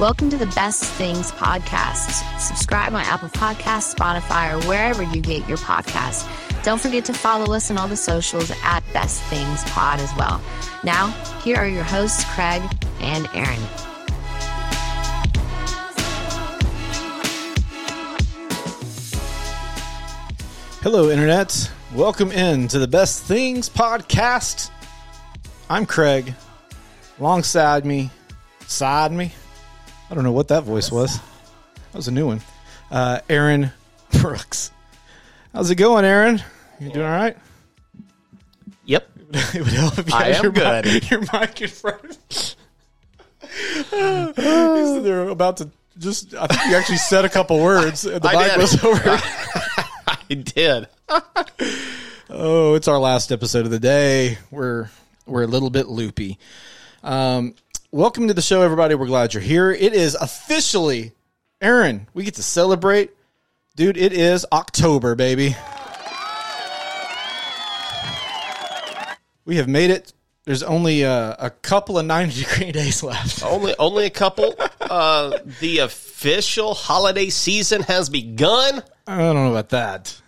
Welcome to the Best Things Podcast. Subscribe on Apple Podcasts, Spotify, or wherever you get your podcasts. Don't forget to follow us on all the socials at Best Things Pod as well. Now, here are your hosts, Craig and Aaron. Hello, Internet. Welcome in to the Best Things Podcast. I'm Craig. Alongside me, side me. I don't know what that voice was. That was a new one. Uh, Aaron Brooks. How's it going, Aaron? You doing all right? Yep. It would help if you I had am your Mic, good. your mic in front. Uh, They're about to just. I think you actually said a couple words. and The I mic did. was over. I did. Oh, it's our last episode of the day. We're we're a little bit loopy. Um, welcome to the show, everybody. We're glad you're here. It is officially, Aaron. We get to celebrate, dude. It is October, baby. We have made it. There's only uh, a couple of 90 degree days left. Only only a couple. Uh, the official holiday season has begun. I don't know about that.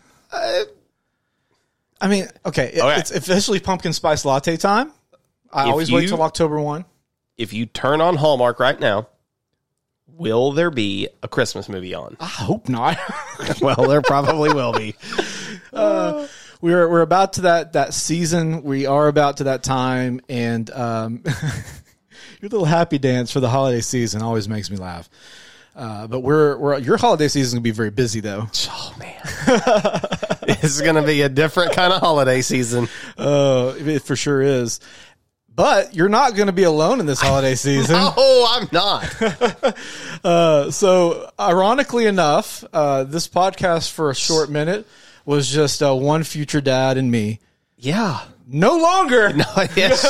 I mean, okay, it- Okay. it's officially pumpkin spice latte time. I If always wait you- till October one. If you turn on Hallmark right now, will there be a Christmas movie on? I hope not. well, there probably will be. Uh, we're we're about to that that season. We are about to that time, and um, your little happy dance for the holiday season always makes me laugh. Uh, but we're we're your holiday season gonna be very busy though. Oh man, this is going to be a different kind of holiday season. Uh, it for sure is. But you're not gonna be alone in this holiday season. Oh, I'm not. so ironically enough, uh, this podcast for a short minute was just uh, one future dad and me. Yeah. No longer. Yes.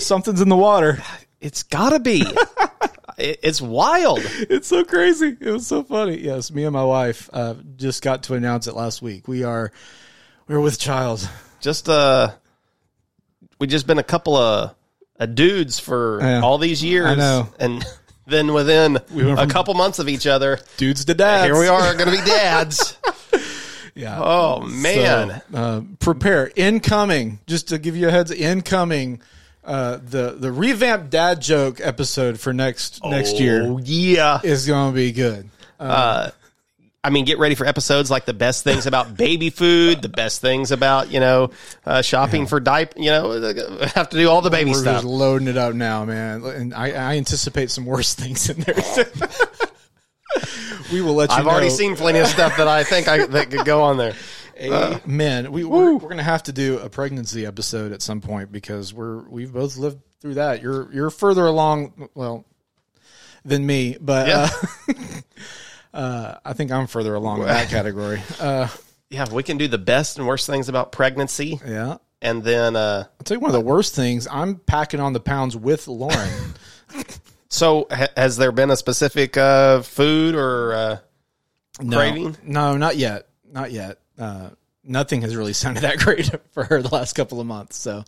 Something's in the water. It's got to be. It- It's wild. it's so crazy. It was so funny. Yes, me and my wife uh, just got to announce it last week. We are we're with child. just uh we just been a couple of uh, dudes for Yeah. all these years I know. and then within went a from- couple months of each other Dudes to dads. here we are gonna be dads Yeah. oh man So, uh, prepare incoming. Just to give you a heads, incoming. Uh, the the revamped dad joke episode for next next year Oh, yeah is going to be good. i mean get ready for episodes like the best things about baby food the best things about you know uh, shopping for diaper you know have to do all the baby We're stuff just loading it up now, man, and I, I anticipate some worse things in there. we will let you. i've already know. seen plenty of stuff that i think i that could go on there man, we we're, we're gonna have to do a pregnancy episode at some point because we're we've both lived through that. You're you're further along, well, than me, but yeah uh, I think I'm further along in that category. Uh, yeah we can do the best and worst things about pregnancy yeah, I'll and then uh tell you one of the worst things. I'm packing on the pounds with Lauren. So, ha- has there been a specific uh, food or? Uh, no, Craving? no, not yet, not yet. Uh, nothing has really sounded that great for her the last couple of months. So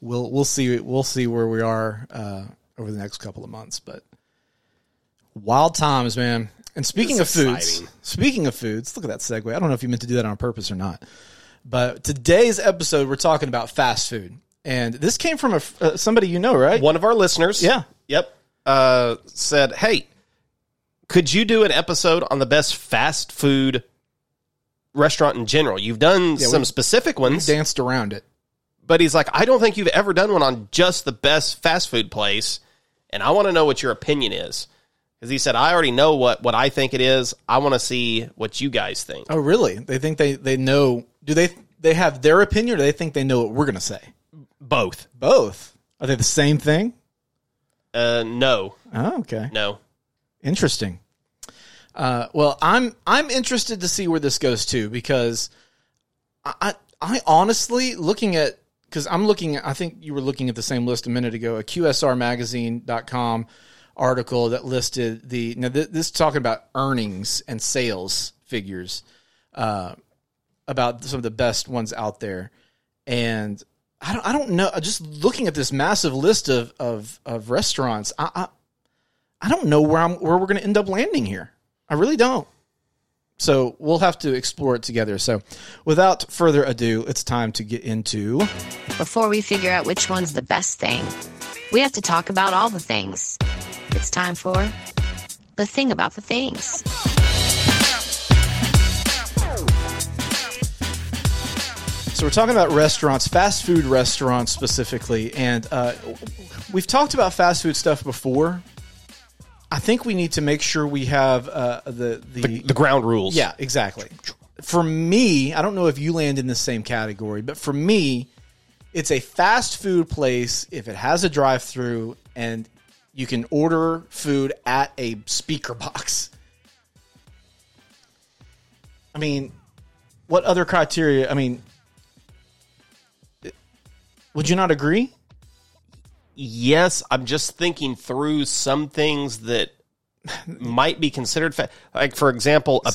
we'll we'll see we'll see where we are uh, over the next couple of months, but. Wild times, man. And speaking of This is foods, exciting. speaking of foods, look at that segue. I don't know if you meant to do that on purpose or not, but today's episode we're talking about fast food, and this came from a f- uh, somebody you know, right? one of our listeners, Yeah. yep, uh, said, "Hey, could you do an episode on the best fast food restaurant in general? You've done some specific ones, Danced around it. but he's like, I don't think you've ever done one on just the best fast food place, and I want to know what your opinion is." Because he said, I already know what, what I think it is. I want to see what you guys think. Oh, really? They think they they know? Do they they have their opinion, or do they think they know what we're gonna say? Both. Both are they the same thing? Uh, no, Oh, okay, no. interesting. Uh, well, I'm I'm interested to see where this goes to because I I, I honestly looking at because I'm looking at I think you were looking at the same list a minute ago a QSRMagazine.com article that listed the now th- this is talking about earnings and sales figures uh, about some of the best ones out there and I don't I don't know just looking at this massive list of of of restaurants I. I I don't know where I'm where we're going to end up landing here. I really don't. So we'll have to explore it together. So, without further ado, it's time to get into. Before we figure out which one's the best thing, we have to talk about all the things. It's time for the thing about the things. So we're talking about restaurants, fast food restaurants specifically, and uh, we've talked about fast food stuff before. I think we need to make sure we have uh, the, the The ground rules. yeah exactly. For me, I don't know if you land in the same category, but for me, it's a fast food place if it has a drive-through and you can order food at a speaker box. I mean, what other criteria? I mean, would you not agree? Yes, I'm just thinking through some things that might be considered fa- like for example, a,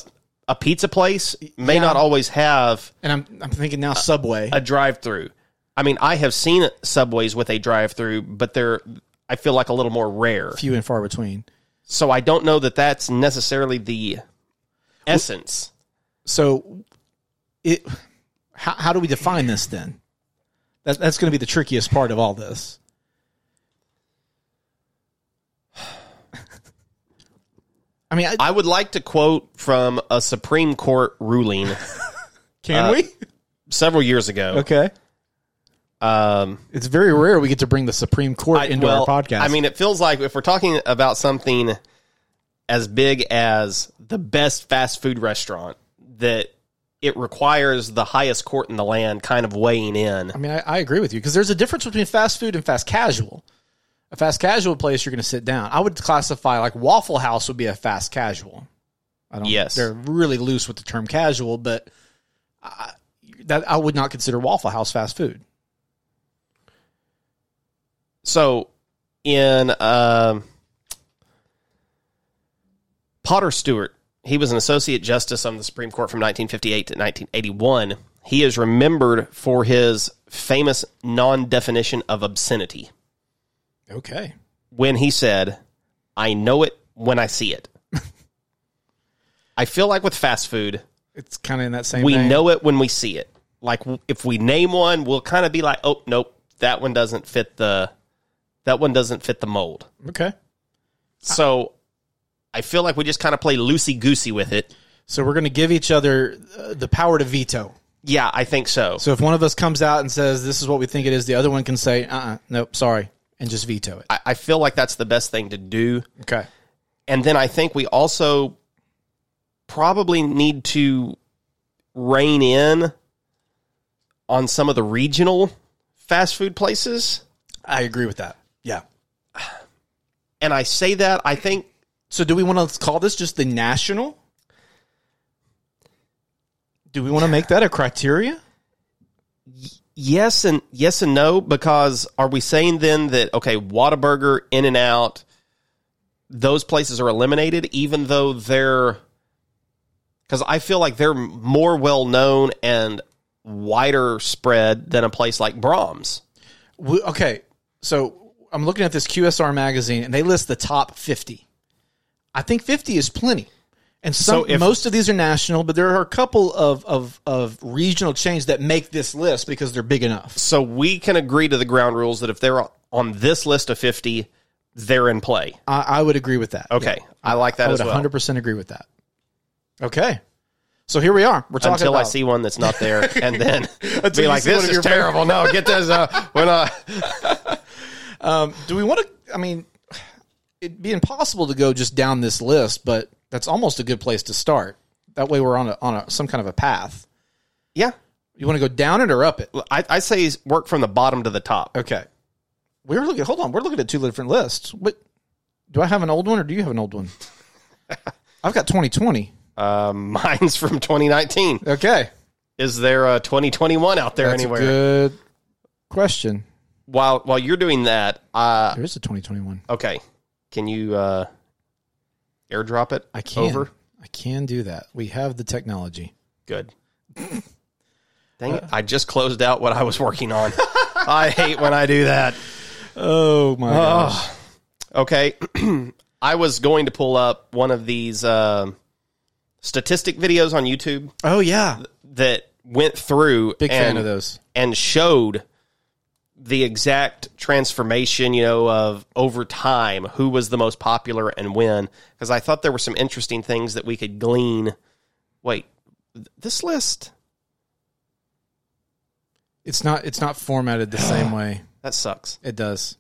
a pizza place may not always have And I'm I'm thinking now Subway. a drive-through. I mean, I have seen subways with a drive-through, but they're I feel like a little more rare. few and far between. So I don't know that that's necessarily the essence. So, it how, how do we define this then? That, that's going to be the trickiest part of all this. I mean, I, I would like to quote from a Supreme Court ruling can we? several years ago. Okay, Um, it's very rare we get to bring the Supreme Court I- into well, our podcast. I mean, it feels like if we're talking about something as big as the best fast food restaurant, that it requires the highest court in the land kind of weighing in. I mean, I, I agree with you because there's a difference between fast food and fast casual. A fast casual place, you're going to sit down. I would classify like Waffle House would be a fast casual. I don't. Yes. they're really loose with the term casual, but I, that I would not consider Waffle House fast food. So, in um Potter Stewart, he was an associate justice on the Supreme Court from 1958 to 1981. He is remembered for his famous non definition of obscenity Okay, when he said, I know it when I see it. I feel like with fast food, it's kind of in that same. we vein. know it when we see it. Like w- if we name one, we'll kind of be like, "Oh, nope, that one doesn't fit the that one doesn't fit the mold." Okay, So I feel like we just kind of play loosey goosey with it. so we're going to give each other uh, the power to veto. Yeah, I think so. So if one of us comes out and says this is what we think it is, the other one can say, "Uh, uh nope, sorry," and just veto it. I, I feel like that's the best thing to do. Okay. And then I think we also probably need to rein in on some of the regional fast food places. I agree with that. Yeah. And I say that I think So do we want to call this just the national? Do we want to make that a criteria? yes and yes and no because are we saying then that okay, Whataburger, In and Out, those places are eliminated, even though they're because I feel like they're more well known and wider spread than a place like Brahms. We, okay, so I'm looking at this QSR magazine and they list the top 50. I think 50 is plenty. And some, So if- most of these are national, but there are a couple of, of, of regional chains that make this list because they're big enough. So we can agree to the ground rules that if they're on this list of 50, they're in play. I, I would agree with that. Okay. I like that I would as well. 100% agree with that. Okay. So here we are. We're talking Until about I see one that's not there and then be you like, see one of this is your favorite- terrible. No, get this. Uh, we're not. Do we want to? I mean, it'd be impossible to go just down this list, but that's almost a good place to start. That way, we're on a on a some kind of a path. Yeah. You want to go down it or up it? I, I say work from the bottom to the top. Okay. We're looking. Hold on. We're looking at two different lists. What? Do I have an old one or do you have an old one? I've got twenty twenty. Uh, mine's from 2019. Okay. Is there a 2021 out there That's anywhere? a good question. While while you're doing that, uh, There is a twenty twenty one. okay. Can you uh, airdrop it? I can. Over. I can do that. We have the technology. Good. Dang it. I just closed out what I was working on. I hate when I do that. Oh my gosh. Okay. I was going to pull up one of these um statistic videos on YouTube Oh yeah, that went through big fan and- of those. and showed the exact transformation, you know, of over time, who was the most popular and when. Because I thought there were some interesting things that we could glean. Wait, th- this list? It's not it's not formatted the same way. That sucks. It does.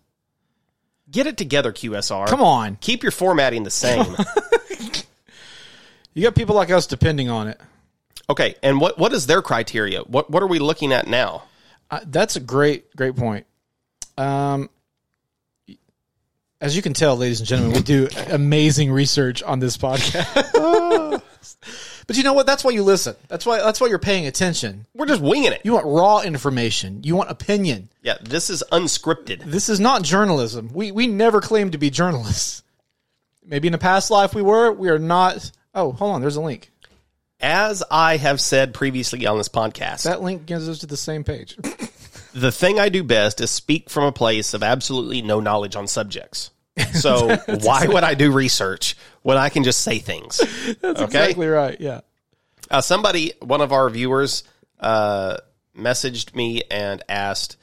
Get it together, QSR. Come on, Keep your formatting the same. you got people like us depending on it. okay, and what, what is their criteria? What, what are we looking at now? Uh, that's a great great point. Um, as you can tell, ladies and gentlemen, we do amazing research on this podcast. but you know what? That's why you listen. That's why that's why you're paying attention. We're just winging it. You want raw information. You want opinion. Yeah, this is unscripted. This is not journalism. We we never claimed to be journalists. Maybe in a past life we were. We are not. Oh, hold on. There's a link. As I have said previously on this podcast, That link gives us to the same page. the thing I do best is speak from a place of absolutely no knowledge on subjects. So why would I do research when I can just say things? okay. Exactly right. Yeah. Uh, somebody, one of our viewers, uh, messaged me and asked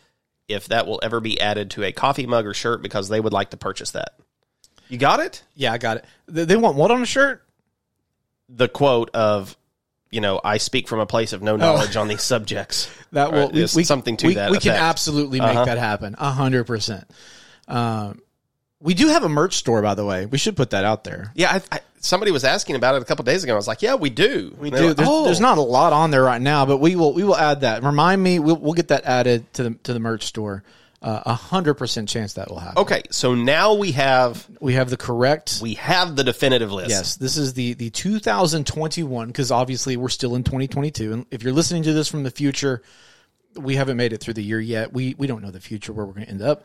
if that will ever be added to a coffee mug or shirt because they would like to purchase that. You got it? Yeah, I got it. They, they want what on a shirt? The quote of, you know, I speak from a place of no knowledge on these subjects. That will Or is something to we, that We can effect. Uh-huh. absolutely make that happen. A hundred percent. Um, we do have a merch store, by the way. We should put that out there. Yeah, I, I, somebody was asking about it a couple days ago. I was like, "Oh." yeah, we do. We Dude, there's, there's not a lot on there right now, but we will we will add that. Remind me, we'll, we'll get that added to the to the merch store. Uh, A hundred percent chance that will happen. Okay, so now we have We have the correct. we have the definitive list. yes, this is the the 2021 because obviously we're still in 2022, and if you're listening to this from the future, we haven't made it through the year yet. We we don't know the future where we're going to end up.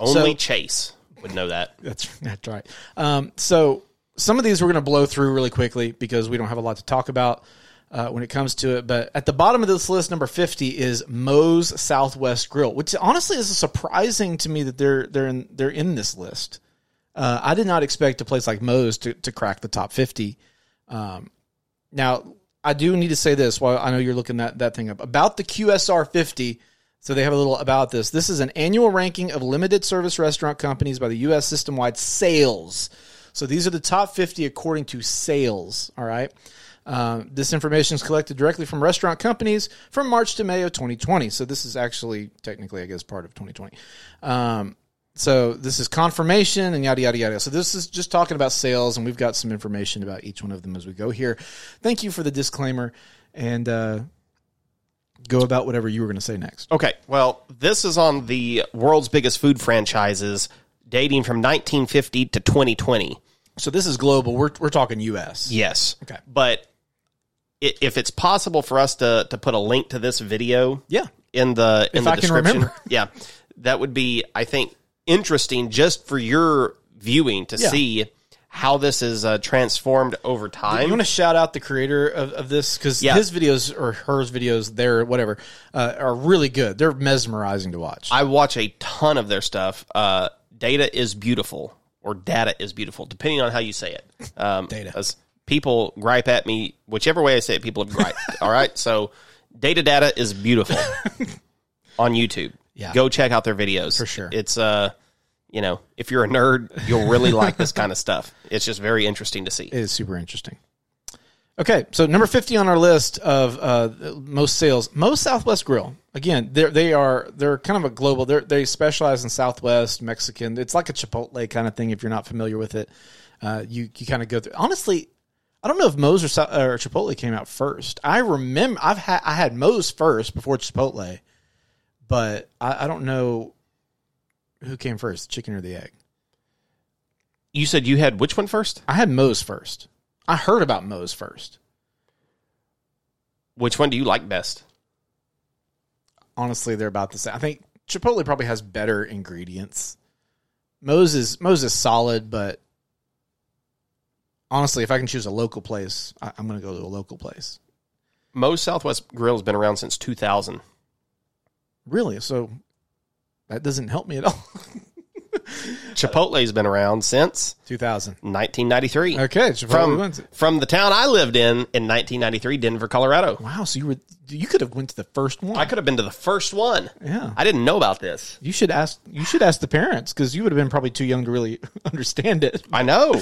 Only Chase would know that. That's that's right. Um, so some of these we're going to blow through really quickly because we don't have a lot to talk about uh, when it comes to it. But at the bottom of this list, number fifty is Moe's Southwest Grill, which honestly is surprising to me that they're they're in they're in this list. Uh, I did not expect a place like Moe's to to crack the top fifty. Now, I do need to say this while I know you're looking that, that thing up about the QSR 50. So they have a little about this. This is an annual ranking of limited service restaurant companies by the U.S. system wide sales. So these are the top 50 according to sales. All right. Um, this information is collected directly from restaurant companies from March to May of 2020. So this is actually technically, I guess, part of 2020. Um, so this is confirmation and yada yada yada. So this is just talking about sales, and we've got some information about each one of them as we go here. Thank you for the disclaimer, and uh, go about whatever you were going to say next. Okay, well, this is on the world's biggest food franchises dating from 1950 to 2020. So this is global. We're we're talking U.S. Yes. Okay. But i- if it's possible for us to to put a link to this video, Yeah. in the in If the I can description. remember. Yeah, that would be I think interesting just for your viewing to Yeah. see how this is uh, transformed over You time. want to shout out the creator of, of this because Yeah. his videos or hers videos, their whatever, uh, are really good. They're mesmerizing to watch. I watch a ton of their stuff. Uh, data is beautiful, or data is beautiful, depending on how you say it. Um, Data. as people gripe at me, whichever way I say it, people have griped. all right, so data data is beautiful on YouTube. Yeah. go check out their videos for sure. It's uh, you know, if you're a nerd, you'll really like this kind of stuff. It's just very interesting to see. It is super interesting. Okay, so number fifty on our list of uh, most sales, most Southwest Grill. Again, they're, they are they're kind of a global. They they specialize in Southwest Mexican. It's like a Chipotle kind of thing. If you're not familiar with it, uh, you you kind of go through. Honestly, I don't know if Moe's or, Sou- or Chipotle came out first. I remember I've had I had Moe's first before Chipotle, but I, I don't know who came first, the chicken or the egg. You said you had which one first? I had Moe's first. I heard about Moe's first. Which one do you like best? honestly they're about the same. I think Chipotle probably has better ingredients. Moses Moses solid, but honestly, if I can choose a local place, I, I'm going to go to a local place. Moe's Southwest Grill has been around since 2000. Really, so that doesn't help me at all. Chipotle's been around since 2000. 1993. Okay, Chipotle from wins it. from the town I lived in in 1993, Denver, Colorado. Wow, so you were you could have went to the first one. I could have been to the first one. Yeah. I didn't know about this. you should ask you should ask the parents because you would have been probably too young to really understand it. I know.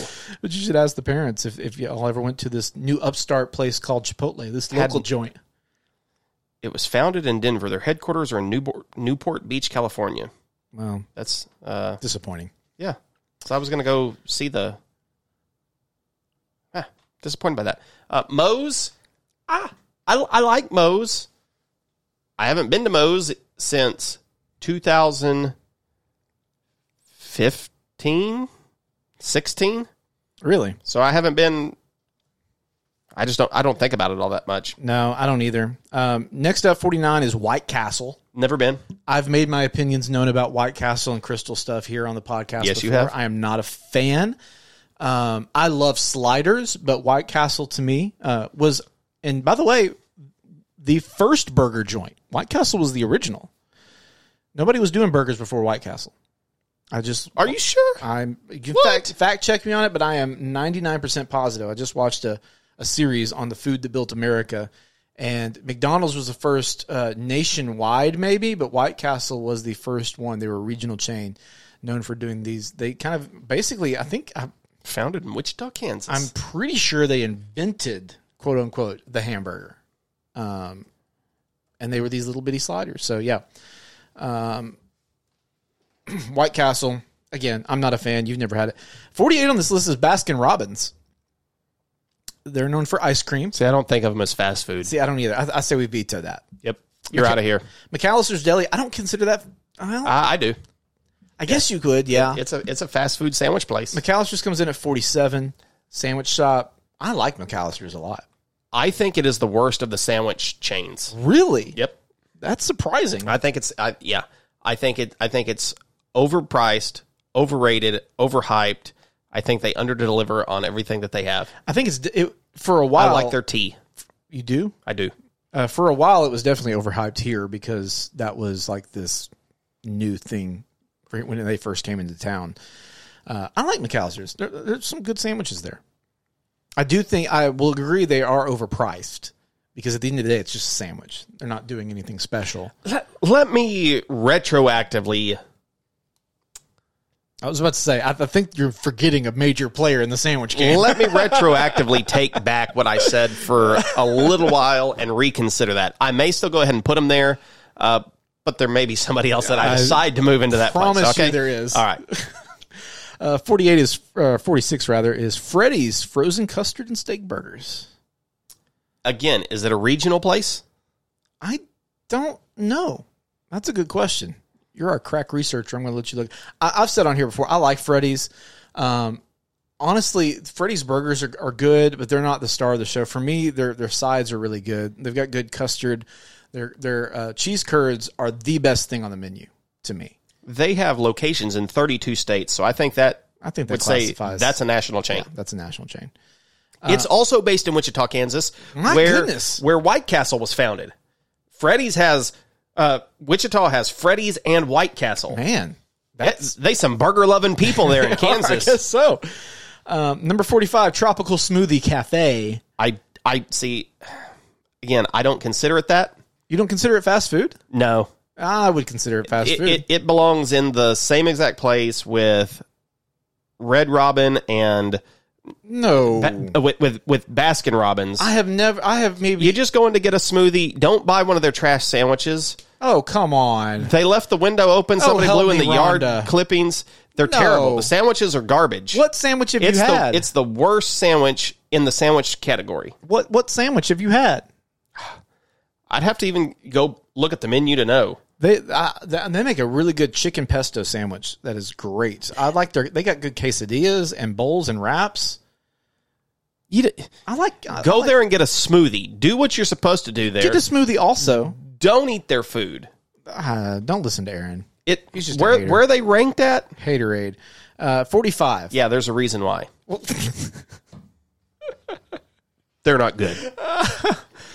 But you should ask the parents if if y'all ever went to this new upstart place called Chipotle, this local joint. It was founded in Denver. Their headquarters are in Newport, Newport Beach, California. Well, That's uh disappointing. yeah. So I was gonna go see the. Ah, disappointed by that. Uh, Moe's. Ah, I I like Moe's. I haven't been to Moe's since 2015, 16. Really? So I haven't been. I just don't. I don't think about it all that much. No, I don't either. Um, next up, forty nine is White Castle. Never been. I've made my opinions known about White Castle and Crystal stuff here on the podcast. Yes, you before. have. I am not a fan. Um, I love sliders, but White Castle to me uh, was, and by the way, the first burger joint. White Castle was the original. Nobody was doing burgers before White Castle. I just Are you sure? I'm you What? fact fact check me on it, but I am 99% positive. I just watched a, a series on the food that built America, and McDonald's was the first uh, nationwide, maybe, but White Castle was the first one. They were a regional chain known for doing these. They kind of basically, I think, I, Founded in Wichita, Kansas. I'm pretty sure they invented quote unquote the hamburger, um, and they were these little bitty sliders. So yeah, um, White Castle again. I'm not a fan. You've never had it. 48 on this list is Baskin Robbins. They're known for ice cream. See, I don't think of them as fast food. See, I don't either. I, I say we veto that. Yep, you're Okay. out of here. McAllister's Deli. I don't consider that. Well, I, I do. I guess you could. Yeah. It's a it's a fast food sandwich place. McAllister's comes in at 47. Sandwich shop. I like McAllister's a lot. I think it is the worst of the sandwich chains. Really? Yep. That's surprising. I think it's I, yeah. I think it I think it's overpriced, overrated, overhyped. I think they underdeliver on everything that they have. I think it's it, for a while. I like their tea. You do. I do. Uh, for a while, it was definitely overhyped here because that was like this new thing for when they first came into town. Uh, I like McAllister's. There, there's some good sandwiches there. I do think I will agree they are overpriced because at the end of the day, it's just a sandwich. They're not doing anything special. Let, let me retroactively I was about to say, I, I think you're forgetting a major player in the sandwich game. let me retroactively take back what I said for a little while and reconsider that. I may still go ahead and put them there, uh, but there may be somebody else that I, I decide to move into that promise place. you Okay, there is. All right, Uh, 48 is, uh, 46 rather, is Freddy's Frozen Custard and Steak Burgers. again, is it a regional place? I don't know. That's a good question. You're a crack researcher. I'm going to let you look. I, I've said on here before. I like Freddy's. Um, honestly, Freddy's burgers are, are good, but they're not the star of the show. For me, their their sides are really good. They've got good custard. Their their uh, cheese curds are the best thing on the menu to me. They have locations in 32 states, so I think that I think that would say classifies that's a national chain. that's a national chain. it's also based in Wichita, Kansas, My where goodness. where White Castle was founded. Freddy's has uh, Wichita has Freddy's and White Castle. Man, That's, they some burger loving people there in I Kansas. guess so. Um, number forty five, Tropical Smoothie Cafe. I I see. Again, I don't consider it that. You don't consider it fast food? No, I would consider it fast it, food. it it belongs in the same exact place with Red Robin and no, ba- uh, with with, with Baskin Robbins. I have never. I have maybe. You're just going to get a smoothie. Don't buy one of their trash sandwiches. oh come on! They left the window open. Somebody Oh, help blew in me, the yard Rhonda. clippings. They're terrible. The sandwiches are garbage. What sandwich have It's you the had? it's the worst sandwich in the sandwich category. what what sandwich have you had? I'd have to even go look at the menu to know. They uh, they they make a really good chicken pesto sandwich that is great. I like their. They got good quesadillas and bowls and wraps. You d- I like I Go like- there and get a smoothie. Do what you're supposed to do there. Get a smoothie also. Don't eat their food. Uh, don't listen to Aaron. It just a where hater. where are they ranked at? Haterade. Uh, forty five. Yeah, there's a reason why. Well, They're not good.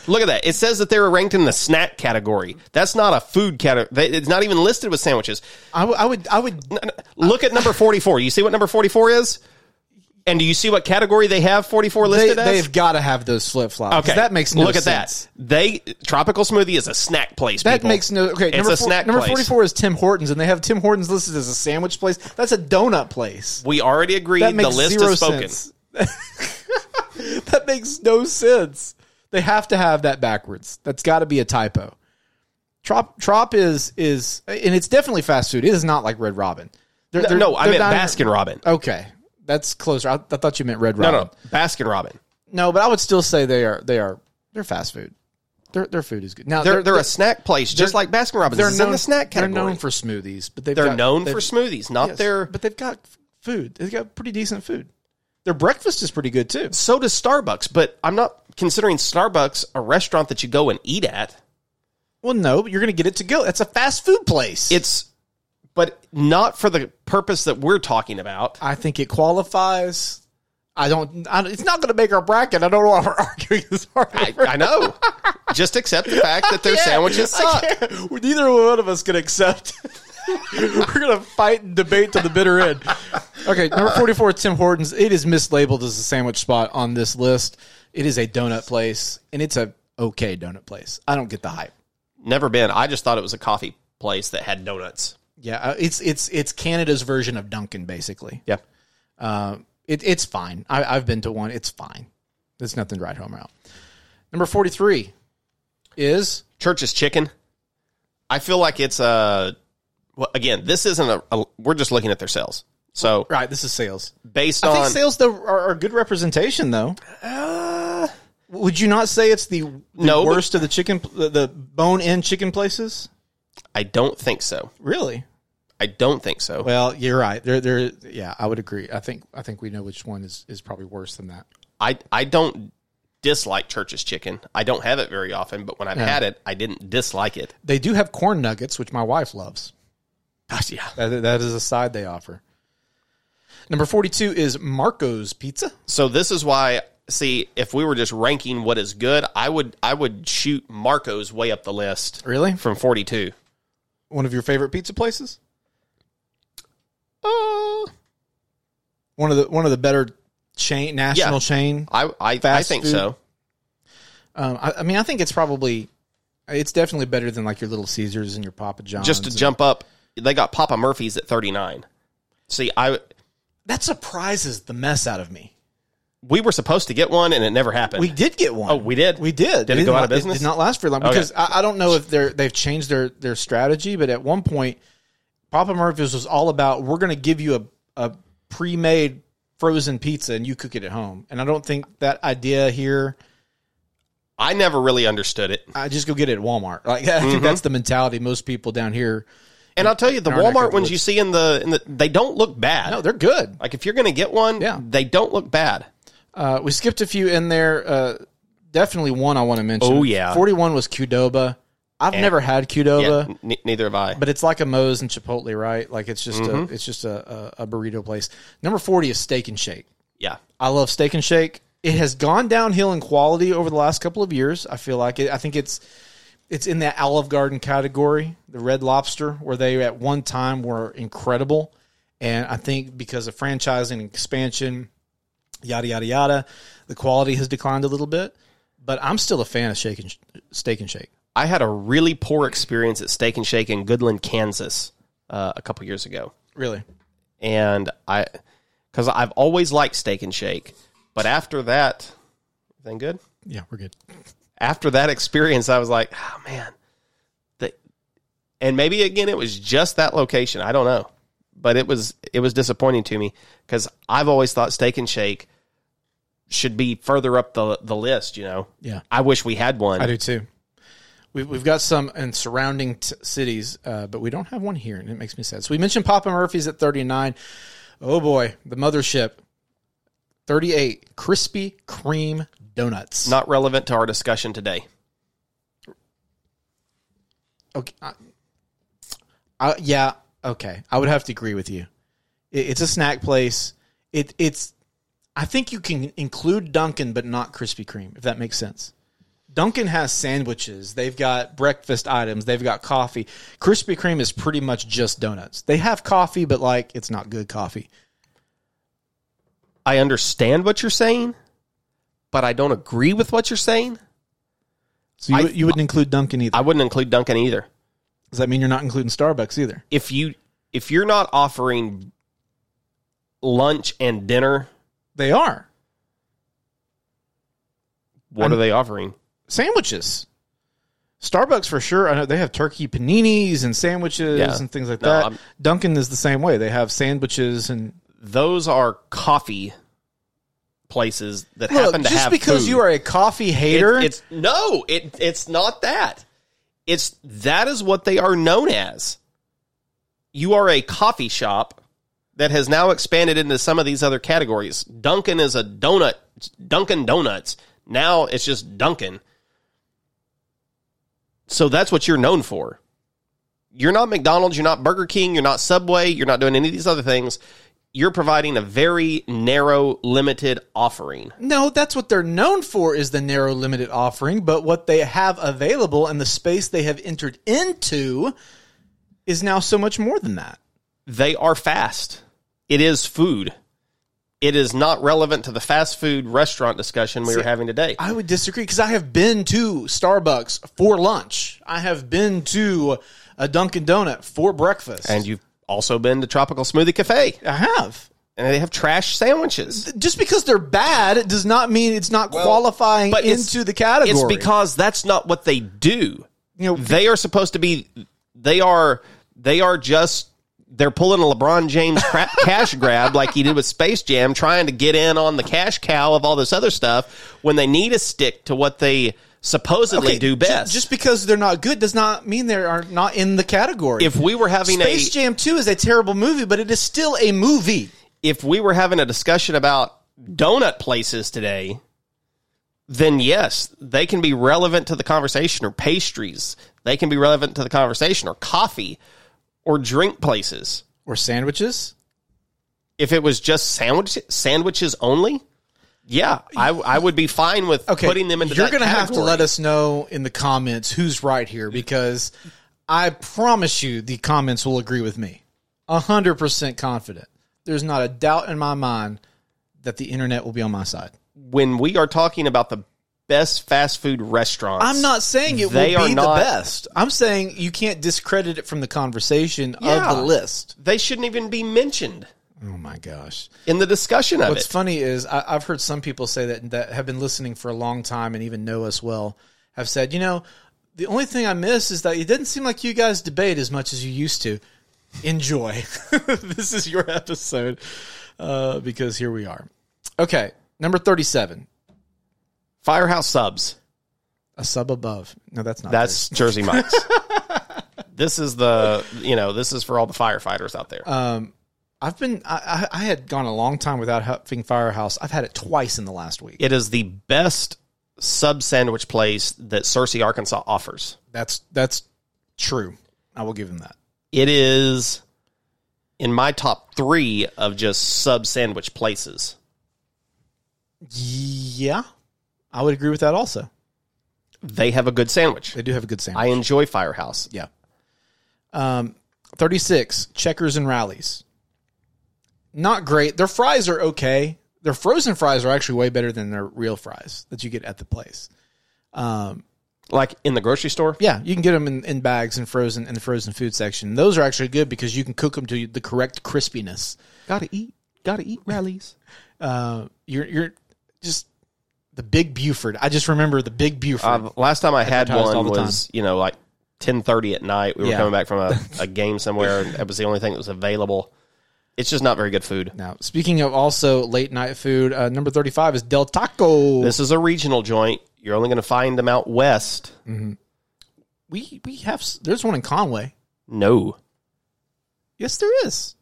Look at that. It says that they were ranked in the snack category. That's not a food category. It's not even listed with sandwiches. I, w- I would I would N- n- Look at number 44. You see what number 44 is? And do you see what category they have 44 they, listed as? they've got to have those flip flops. that makes no look at sense. that. They tropical smoothie is a snack place. That people. makes no okay. It's number a four- snack number place. forty four is Tim Hortons, and they have Tim Hortons listed as a sandwich place. That's a donut place. We already agreed That the makes list zero is spoken. sense. that makes no sense. They have to have that backwards. That's got to be a typo. Trop Trop is is and it's definitely fast food. It is not like Red Robin. They're- they're- no, I they're meant not- Baskin Robin. Okay, that's closer. I, I thought you meant Red No, Robin. no, Baskin Robin. No, but I would still say they are they are they're fast food. Their their food is good. Now They're they're a snack place, just like Baskin Robbins. They're in the snack category. They're known for smoothies, but they've They're got- known they've- for smoothies, not yes, their. but they've got f- food. They've got pretty decent food. Their breakfast is pretty good too. So does Starbucks, but I'm not considering Starbucks a restaurant that you go and eat at. Well, no, but you're going to get it to go. That's a fast food place. It's, but not for the purpose that we're talking about. I think it qualifies. I don't. I, it's not going to make our bracket. I don't know why we're arguing this hard. I, I know. just accept the fact that their sandwiches suck. Neither one of us can accept. We're gonna fight and debate to the bitter end. Okay, number forty-four, Tim Hortons. It is mislabeled as a sandwich spot on this list. It is a donut place, and it's a okay donut place. I don't get the hype. Never been. I just thought it was a coffee place that had donuts. Yeah, uh, it's it's it's Canada's version of Dunkin', basically. Yeah. Uh, it, it's fine. I, I've been to one. It's fine. There's nothing to write home about. Number forty-three is Church's chicken. I feel like it's a. Well, again, this isn't a, a- We're just looking at their sales. So right. This is sales. based I think on sales though are, are good representation though. Would you not say it's the, the Uh, No, but- worst of the chicken, the, the bone-in chicken places? I don't think so. Really? I don't think so. Well, you're right. There, there. Yeah, I would agree. I think, I think we know which one is is probably worse than that. I I don't dislike Church's chicken. I don't have it very often, but when I've had it, I didn't dislike it. They do have corn nuggets, which my wife loves. yeah. That, that is a side they offer. Number forty-two is Marco's Pizza. So this is why. See, if we were just ranking what is good, I would I would shoot Marco's way up the list Really? from forty two. One of your favorite pizza places? Ah. Uh, One of the one of the better chain, national Yeah. chain. I I, I Fast think food. so. Um, I, I mean, I think it's probably, it's definitely better than like your Little Caesars and your Papa John's. just to and- jump up, they got Papa Murphy's at 39. See, I that surprises the mess out of me. we were supposed to get one and it never happened. We did get one. Oh, we did? We did. Did it go didn't out of la- business? It did not last very long because I, I don't know if they're they've changed their their strategy, but at one point, Papa Murphy's was all about we're going to give you a a pre made frozen pizza and you cook it at home. And I don't think that idea here. I never really understood it. I just go get it at Walmart. Like I Mm-hmm. think that's the mentality most people down here. And I'll tell you, the our neck of Walmart the ones you woods. see in the in the they don't look bad. No, they're good. like if you're gonna get one, Yeah. they don't look bad. Uh, we skipped a few in there. Uh, definitely one I want to mention. Oh, yeah. forty-one was Qdoba. I've never had Qdoba, Yeah, n- neither have I. but it's like a Moe's and Chipotle, right? Like it's just Mm-hmm. a it's just a, a, a burrito place. Number forty is Steak and Shake. yeah, I love Steak and Shake. It has gone downhill in quality over the last couple of years. I feel like it. I think it's it's in that Olive Garden category, the Red Lobster, where they at one time were incredible, and I think because of franchising and expansion, yada yada yada, the quality has declined a little bit. But I'm still a fan of Shake and Steak and Shake. I had a really poor experience at Steak and Shake in Goodland, Kansas, uh, a couple years ago. Really, and I because I've always liked Steak and Shake, but after that, everything good. yeah, we're good. After that experience, I was like, oh man, the, and maybe again it was just that location. I don't know, but it was it was disappointing to me because I've always thought Steak and Shake should be further up the the list. You know, Yeah. I wish we had one. I do too. We've, we've got some in surrounding t- cities, uh, but we don't have one here, and it makes me sad. So we mentioned Papa Murphy's at 39. Oh boy, the mothership. 38, Krispy Kreme Donuts. Not relevant to our discussion today. okay. I, I, yeah, okay. I would have to agree with you. It, it's a snack place. It, it's, I think you can include Dunkin', but not Krispy Kreme, if that makes sense. Duncan has sandwiches. They've got breakfast items. They've got coffee. Krispy Kreme is pretty much just donuts. They have coffee, but like it's not good coffee. I understand what you're saying, but I don't agree with what you're saying. So you, I- you wouldn't include Duncan either. I wouldn't include Duncan either. Does that mean you're not including Starbucks either? If you if you're not offering lunch and dinner, They are what are they offering? sandwiches. Starbucks for sure. I know they have turkey paninis and sandwiches Yeah. and things like No, that. I'm- Duncan is the same way. They have sandwiches and Those are coffee places that happen to just have because food. you are a coffee hater, It- it's no, it it's not that. It's that is what they are known as. You are a coffee shop that has now expanded into some of these other categories. Dunkin' is a donut, Dunkin' Donuts. Now it's just Dunkin'. So that's what you're known for. You're not McDonald's, you're not Burger King, you're not Subway, you're not doing any of these other things. You're providing a very narrow, limited offering. No, that's what they're known for is the narrow limited offering, but what they have available and the space they have entered into is now so much more than that. they are fast. It is food. It is not relevant to the fast food restaurant discussion we were having today. I would disagree because I have been to Starbucks for lunch. I have been to a Dunkin' Donut for breakfast. and you've also been to Tropical Smoothie Cafe, I have. and they have trash sandwiches. Just because they're bad it does not mean it's not qualifying but it's- into the category. It's because that's not what they do. you know, They are supposed to be. They are. They are just. They're pulling a LeBron James crap cash grab like he did with Space Jam, trying to get in on the cash cow of all this other stuff when they need to stick to what they supposedly okay, do ju- best. Just because they're not good does not mean they are not in the category. if we were having Space a Jam 2 is a terrible movie, but it is still a movie. if we were having a discussion about donut places today, then yes, they can be relevant to the conversation, or pastries, they can be relevant to the conversation, or coffee, or drink places. Or sandwiches? If it was just sandwich sandwiches only, yeah, I, I would be fine with Okay. putting them into. You're going gonna have to let us know in the comments who's right here because I promise you the comments will agree with me. 100% confident. There's not a doubt in my mind that the internet will be on my side. when we are talking about the best fast food restaurants. I'm not saying it They will are be not- the best. I'm saying you can't discredit it from the conversation Yeah. of the list. They shouldn't even be mentioned Oh my gosh. in the discussion of What's it. funny is I, I've heard some people say that that have been listening for a long time and even know us well have said, you know, the only thing I miss is that it doesn't seem like you guys debate as much as you used to. Enjoy. this is your episode uh, because here we are. Okay, number thirty-seven. Firehouse subs. A sub above. No, that's not. That's Jersey Mike's. this is the you know this is for all the firefighters out there. Uh, there. I've been. I, I, I had gone a long time without having Firehouse. I've had it twice in the last week. it is the best sub sandwich place that Searcy, Arkansas offers. That's that's true. I will give him that. It is in my top three of just sub sandwich places. Yeah, I would agree with that. Also, They have a good sandwich. they do have a good sandwich. I enjoy Firehouse. Yeah. Um, 36, checkers and rallies. Not great. Their fries are okay. Their frozen fries are actually way better than their real fries that you get at the place. Like in the grocery store, Yeah, you can get them in, in bags and frozen in the frozen food section. Those are actually good because you can cook them to the correct crispiness. gotta eat, gotta eat rallies. Uh, you're you're just the Big Buford. I just remember the Big Buford. Um, last time I had Advertised all one the was you know like ten thirty at night. We were Yeah. coming back from a, a game somewhere, and that was the only thing that was available. It's just not very good food. now, speaking of also late night food, uh, number 35 is Del Taco. This is a regional joint. You're only going to find them out west. we we have s- there's one in Conway. No, Yes, there is.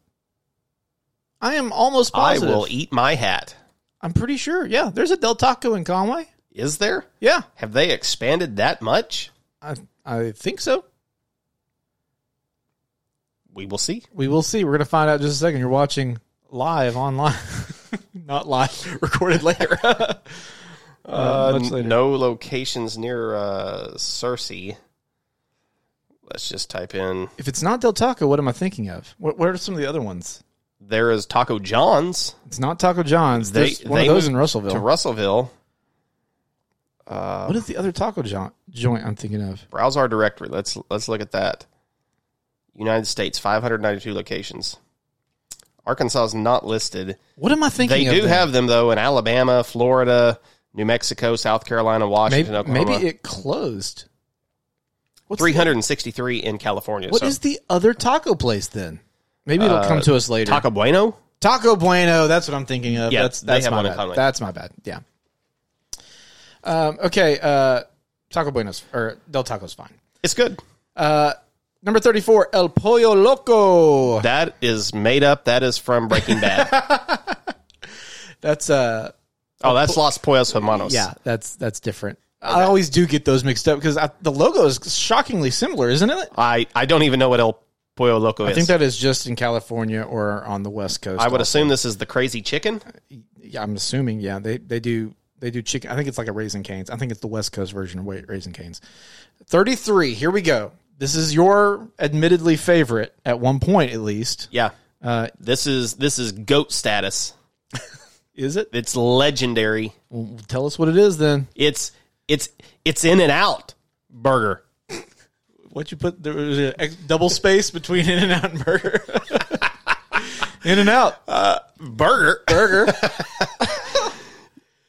I am almost I positive. will eat my hat. I'm pretty sure. Yeah, there's a Del Taco in Conway. Is there? Yeah, Have they expanded that much? I I think so. We will see. We will see. We're gonna find out in just a second. You're watching live online, not live, recorded later. Uh, much later. no locations near uh, Cersei. Let's just type in. If it's not Del Taco, what am I thinking of? What, what are some of the other ones? There is Taco John's. It's not Taco John's. They- There's one they of those in moved Russellville. To Russellville. what is the other taco jo- joint I'm thinking of? Browse our directory. Let's let's look at that. United States, 592 locations. Arkansas is not listed. What am I They thinking of? do then? have them though in Alabama, Florida, New Mexico, South Carolina, maybe, Washington, Oklahoma. maybe it closed. What's 363 in California. The, what so is the other taco place then? Maybe it'll come to us later. Uh, Taco Bueno? Taco Bueno. That's what I'm thinking of. Yeah, that's they that's have my one in bad. Conway. That's my bad. Yeah. Um, okay. Uh, Taco Bueno's or Del Taco's fine. It's good. Uh, number thirty-four, El Pollo Loco. That is made up. That is from Breaking Bad. That's uh, oh, that's Los Pollos Hermanos. yeah, that's that's different. Oh, I always do get those mixed up because the logo is shockingly similar, isn't it? I, I don't even know what El Pollo Loco is. I think that is just in California or on the West Coast. I would assume this is the crazy chicken. Yeah, I'm assuming. Yeah, they they do they do chicken. I think it's like a raisin canes. I think it's the West Coast version of Wa- raisin canes. Thirty three. Here we go. This is your admittedly favorite at one point, at least. Yeah. Uh, this is this is goat status. Is it? It's legendary. Well, tell us what it is then. It's it's it's in and out burger. What you put? There was a ex- double space between In and Out and Burger. in and Out Burger. Burger.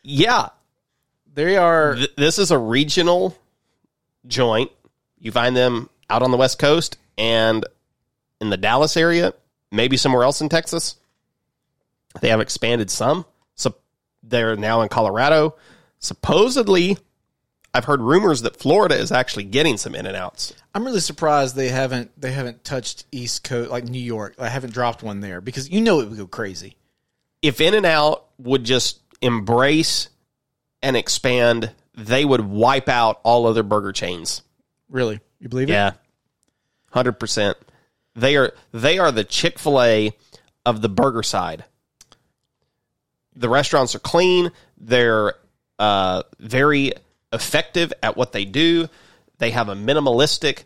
Yeah. They are. Th- this is a regional joint. You find them out on the West Coast and in the Dallas area, maybe somewhere else in Texas. They have expanded some. So they're now in Colorado. Supposedly, I've heard rumors that Florida is actually getting some in and outs. I'm really surprised they haven't they haven't touched East Coast like New York. I haven't dropped one there because you know it would go crazy. if In and Out would just embrace and expand, they would wipe out all other burger chains. Really, you believe it? Yeah. Hundred percent. They are they are the Chick fil A of the burger side. The restaurants are clean, they're uh, very effective at what they do. They have a minimalistic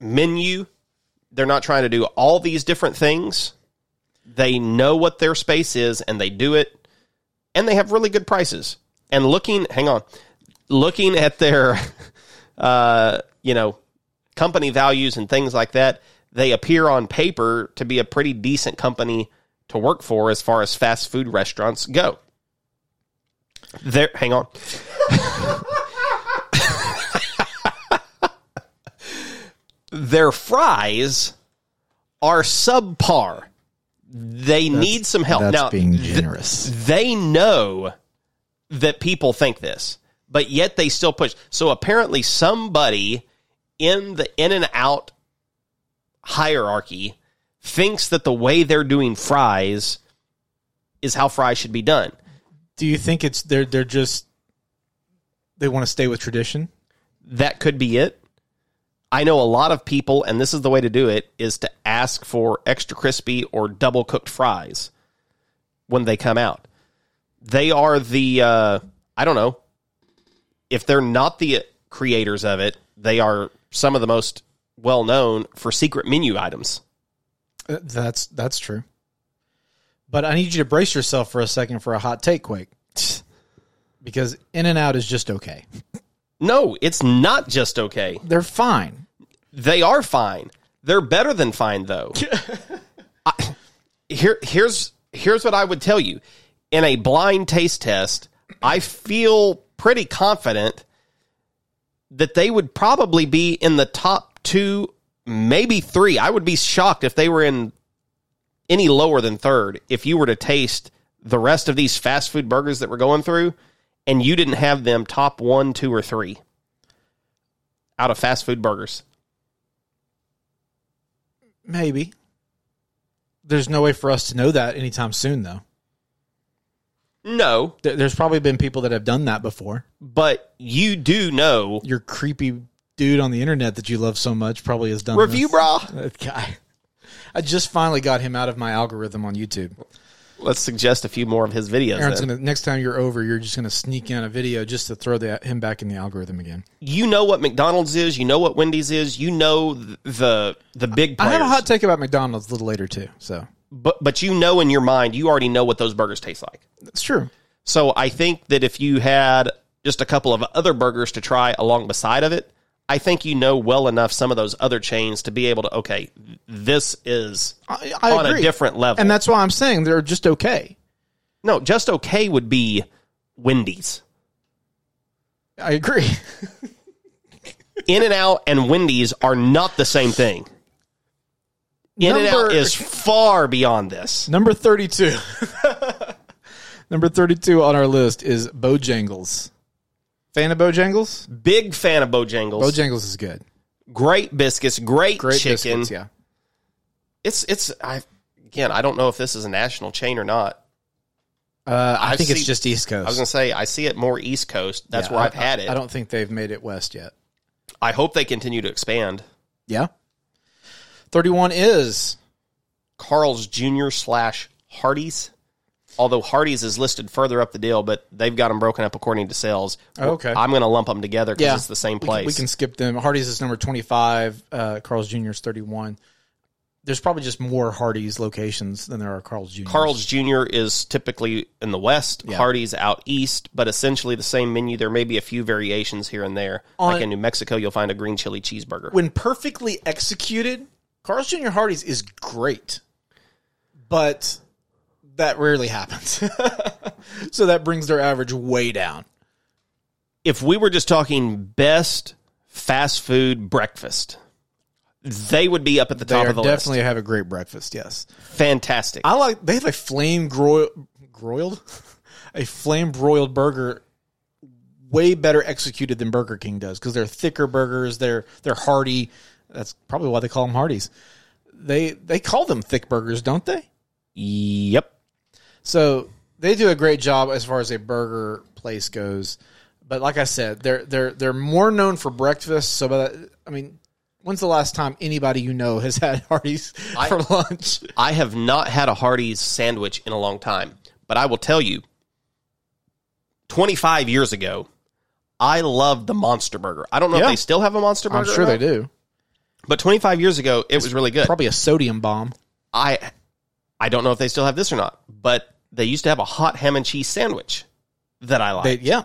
menu. They're not trying to do all these different things. They know what their space is and they do it. And they have really good prices. And looking hang on. Looking at their uh, you know, company values and things like that, they appear on paper to be a pretty decent company to work for as far as fast food restaurants go. There, hang on. Their fries are subpar. They need some help. now, generous. they know that people think this, but yet they still push. So apparently, somebody in the in and out hierarchy thinks that the way they're doing fries is how fries should be done. Do you think it's they're they're just they want to stay with tradition? That could be it. I know a lot of people, and this is the way to do it, is to ask for extra crispy or double cooked fries when they come out. They are the, uh, I don't know, if they're not the creators of it, they are some of the most well known for secret menu items. Uh, That's that's true. But I need you to brace yourself for a second for a hot take quake. Because In and Out is just okay. No, it's not just okay. They're fine. They are fine. They're better than fine, though. I- here, here's here's what I would tell you. In a blind taste test, I feel pretty confident that they would probably be in the top two, maybe three. I would be shocked if they were in any lower than third. If you were to taste the rest of these fast food burgers that we're going through, and you didn't have them top one, two, or three out of fast food burgers. Maybe. There's no way for us to know that anytime soon though. No, There- There's probably been people that have done that before. but you do know Your creepy dude on the internet that you love so much probably has done review this. bra. That guy. I just finally got him out of my algorithm on YouTube. Let's suggest a few more of his videos. Aaron's then. gonna next time you're over, you're just gonna sneak in a video just to throw the, him back in the algorithm again. you know what McDonald's is. You know what Wendy's is. You know th- the the big I players. have a hot take about McDonald's a little later too, so but but you know in your mind, you already know what those burgers taste like. that's true. So I think that if you had just a couple of other burgers to try along beside of it, I think you know well enough some of those other chains to be able to okay, this is I, I on agree. a different level. and that's why I'm saying they're just okay. no, just okay would be Wendy's. I agree. In and Out and Wendy's are not the same thing. In and Out Number- is far beyond this. Number 32. Number 32 on our list is Bojangles. Fan of Bojangles? Big fan of Bojangles. Bojangles is good. great biscuits, great, Great chicken. biscuits, yeah. It's it's I again, I don't know if this is a national chain or not. Uh, I I've think it's seen- just East Coast. I was gonna say I see it more East Coast. That's Yeah, where I- I've had it. I I, don't think they've made it west yet. hope they continue to expand. Yeah. 31 is Carl's Jr. slash Hardee's, although Hardee's is listed further up the deal, but they've got them broken up according to sales. Oh, okay. I'm gonna lump them together because Yeah. it's the same we can- place. We can skip them. Hardy's is number 25. Uh, Carl's Jr. is 31. There's probably just more Hardy's locations than there are Carl's Jr. Carl's Jr. is typically in the West, Yeah. Hardee's out East, but essentially the same menu. There may be a few variations here and there. On- like in New Mexico, you'll find a green chili cheeseburger. when perfectly executed, Carl's Jr. Hardee's is great, but that rarely happens. so that brings their average way down. if we were just talking best fast food breakfast, they would be up at the They top are of the definitely have a great breakfast. Yes, list. Fantastic. I like. They have a flame groi- broiled, a flame broiled burger. Way better executed than Burger King does because they're thicker burgers. They're they're hearty. That's probably why they call them Hardee's. They they call them thick burgers, don't they? yep. So they do a great job as far as a burger place goes. But like I said, they're they're they're more known for breakfast. So, but I mean, when's the last time anybody you know has had Hardee's for lunch? I have not had a Hardee's sandwich in a long time, but I will tell you 25 years ago, I loved the Monster Burger. I don't know Yeah. if they still have a Monster I'm Burger. sure or they not, do. But 25 years ago, it was really good. Probably a sodium bomb. I I don't know if they still have this or not, but they used to have a hot ham and cheese sandwich that I liked. They yeah.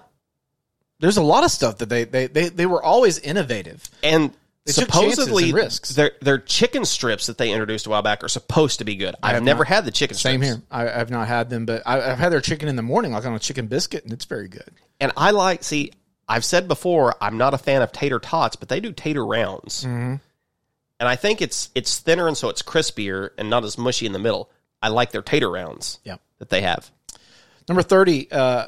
There's a lot of stuff that they they they, they were always innovative. And They took chances supposedly, and risks. their their chicken strips that they introduced a while back are supposed to be good. I've have never not. had the chicken Same strips. here. I, I've not had them, but I, I've had their chicken in the morning, like on a chicken biscuit, and it's very good. And I like see. I've said before I'm not a fan of tater tots, but they do tater rounds, mm-hmm. and I think it's it's thinner and so it's crispier and not as mushy in the middle. I like their tater rounds Yeah. that they have. Number 30 uh,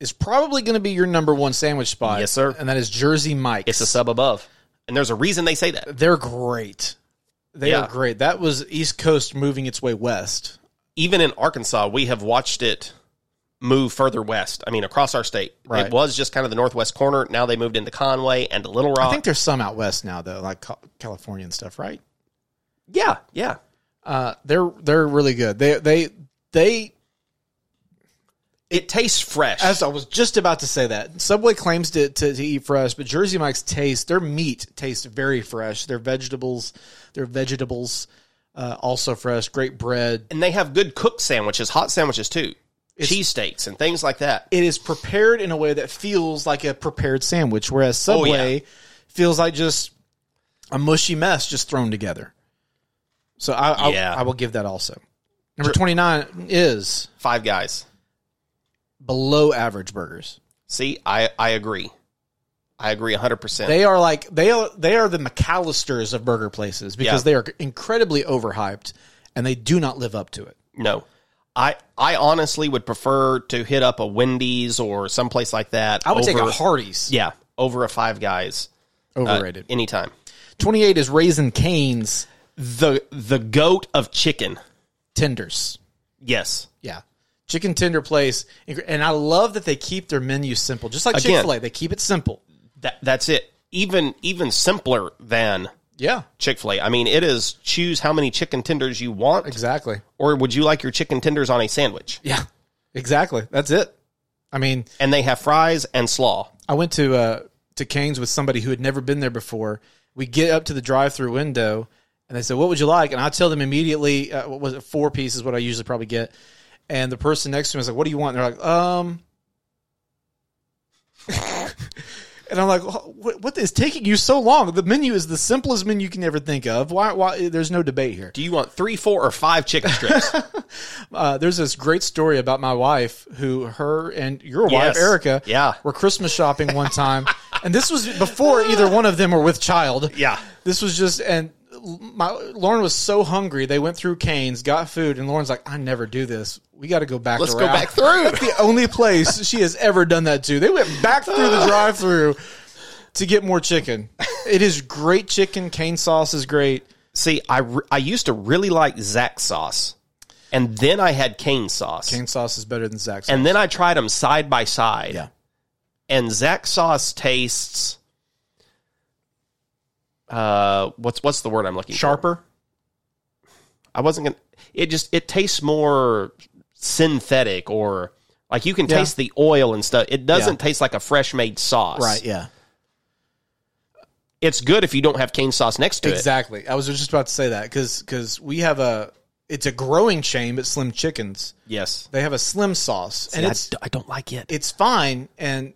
is probably going to be your number one sandwich spot. Yes, sir. And that is Jersey Mike's. It's a sub above, and there's a reason they say that. They're great. They Yeah. are great. That was East Coast moving its way west. Even in Arkansas, we have watched it move further west. I mean, across our state, Right. it was just kind of the northwest corner. Now they moved into Conway and to Little Rock. I think there's some out west now, though, like Ca- California and stuff, right? yeah, yeah. Uh, they're they're really good. They they they. It tastes fresh. As I was just about to say that, Subway claims to, to, to eat fresh, but Jersey Mike's taste their meat tastes very fresh. Their vegetables, their vegetables, uh, also fresh. Great bread. and they have good cooked sandwiches, hot sandwiches too, cheese steaks and things like that. it is prepared in a way that feels like a prepared sandwich, whereas Oh, Subway yeah. feels like just a mushy mess just thrown together. So I, I, Yeah. I will give that also. Number twenty nine is Five Guys. below average burgers. See, I I agree, I agree hundred percent. They are like they are they are the McAllisters of burger places because Yeah. they are incredibly overhyped and they do not live up to it. No, I I honestly would prefer to hit up a Wendy's or someplace like that. I would take over- a Hardee's yeah over a Five Guys uh, overrated. anytime. twenty eight is Raisin Cane's The the goat of chicken. tenders. Yes. Yeah. Chicken tender place. And I love that they keep their menu simple. Just like Again. Chick fil A, they keep it simple. that that's it. Even even simpler than Yeah, Chick fil A. I mean, it is choose how many chicken tenders you want, exactly. or would you like your chicken tenders on a sandwich? Yeah, exactly. That's it. I mean, And they have fries and slaw. I went to uh, to Canes with somebody who had never been there before. We get up to the drive-through window, and they said, "What would you like?" And I tell them immediately, uh, "What was it? Four piece is what I usually probably get." And the person next to me is like, "What do you want?" And they're like, "Um." and I'm like, "Wha- what, "What is taking you so long? The menu is the simplest menu you can ever think of. Why? Why? There's no debate here." Do you want three, four, or five chicken strips? Uh, there's this great story about my wife, who her and your Yes. wife Erica, Yeah. were Christmas shopping one time, and this was before either one of them were with child. Yeah. this was just and my Lauren was so hungry. They went through Canes, got food, and Lauren's like, "I never do this. We got to go back. Let's go around." back through. That's the only place she has ever done that to. They went back through the drive-through to get more chicken. It is great chicken. Cane sauce is great. See, I, re- I used to really like Zack sauce, and then I had cane sauce, Cane sauce is better than Zach's. and then I tried them side by side. Yeah. and Zack sauce tastes. Uh, what's what's the word I'm looking for? sharper. I wasn't gonna. It just it tastes more synthetic or like you can Yeah. taste the oil and stuff. It doesn't Yeah. taste like a fresh made sauce. Yeah. It's good if you don't have cane sauce next to it. Exactly. I was just about to say that because we have a it's a growing chain, but Slim Chickens Yes. they have a Slim sauce, and I it's d- I don't like it. it's fine. And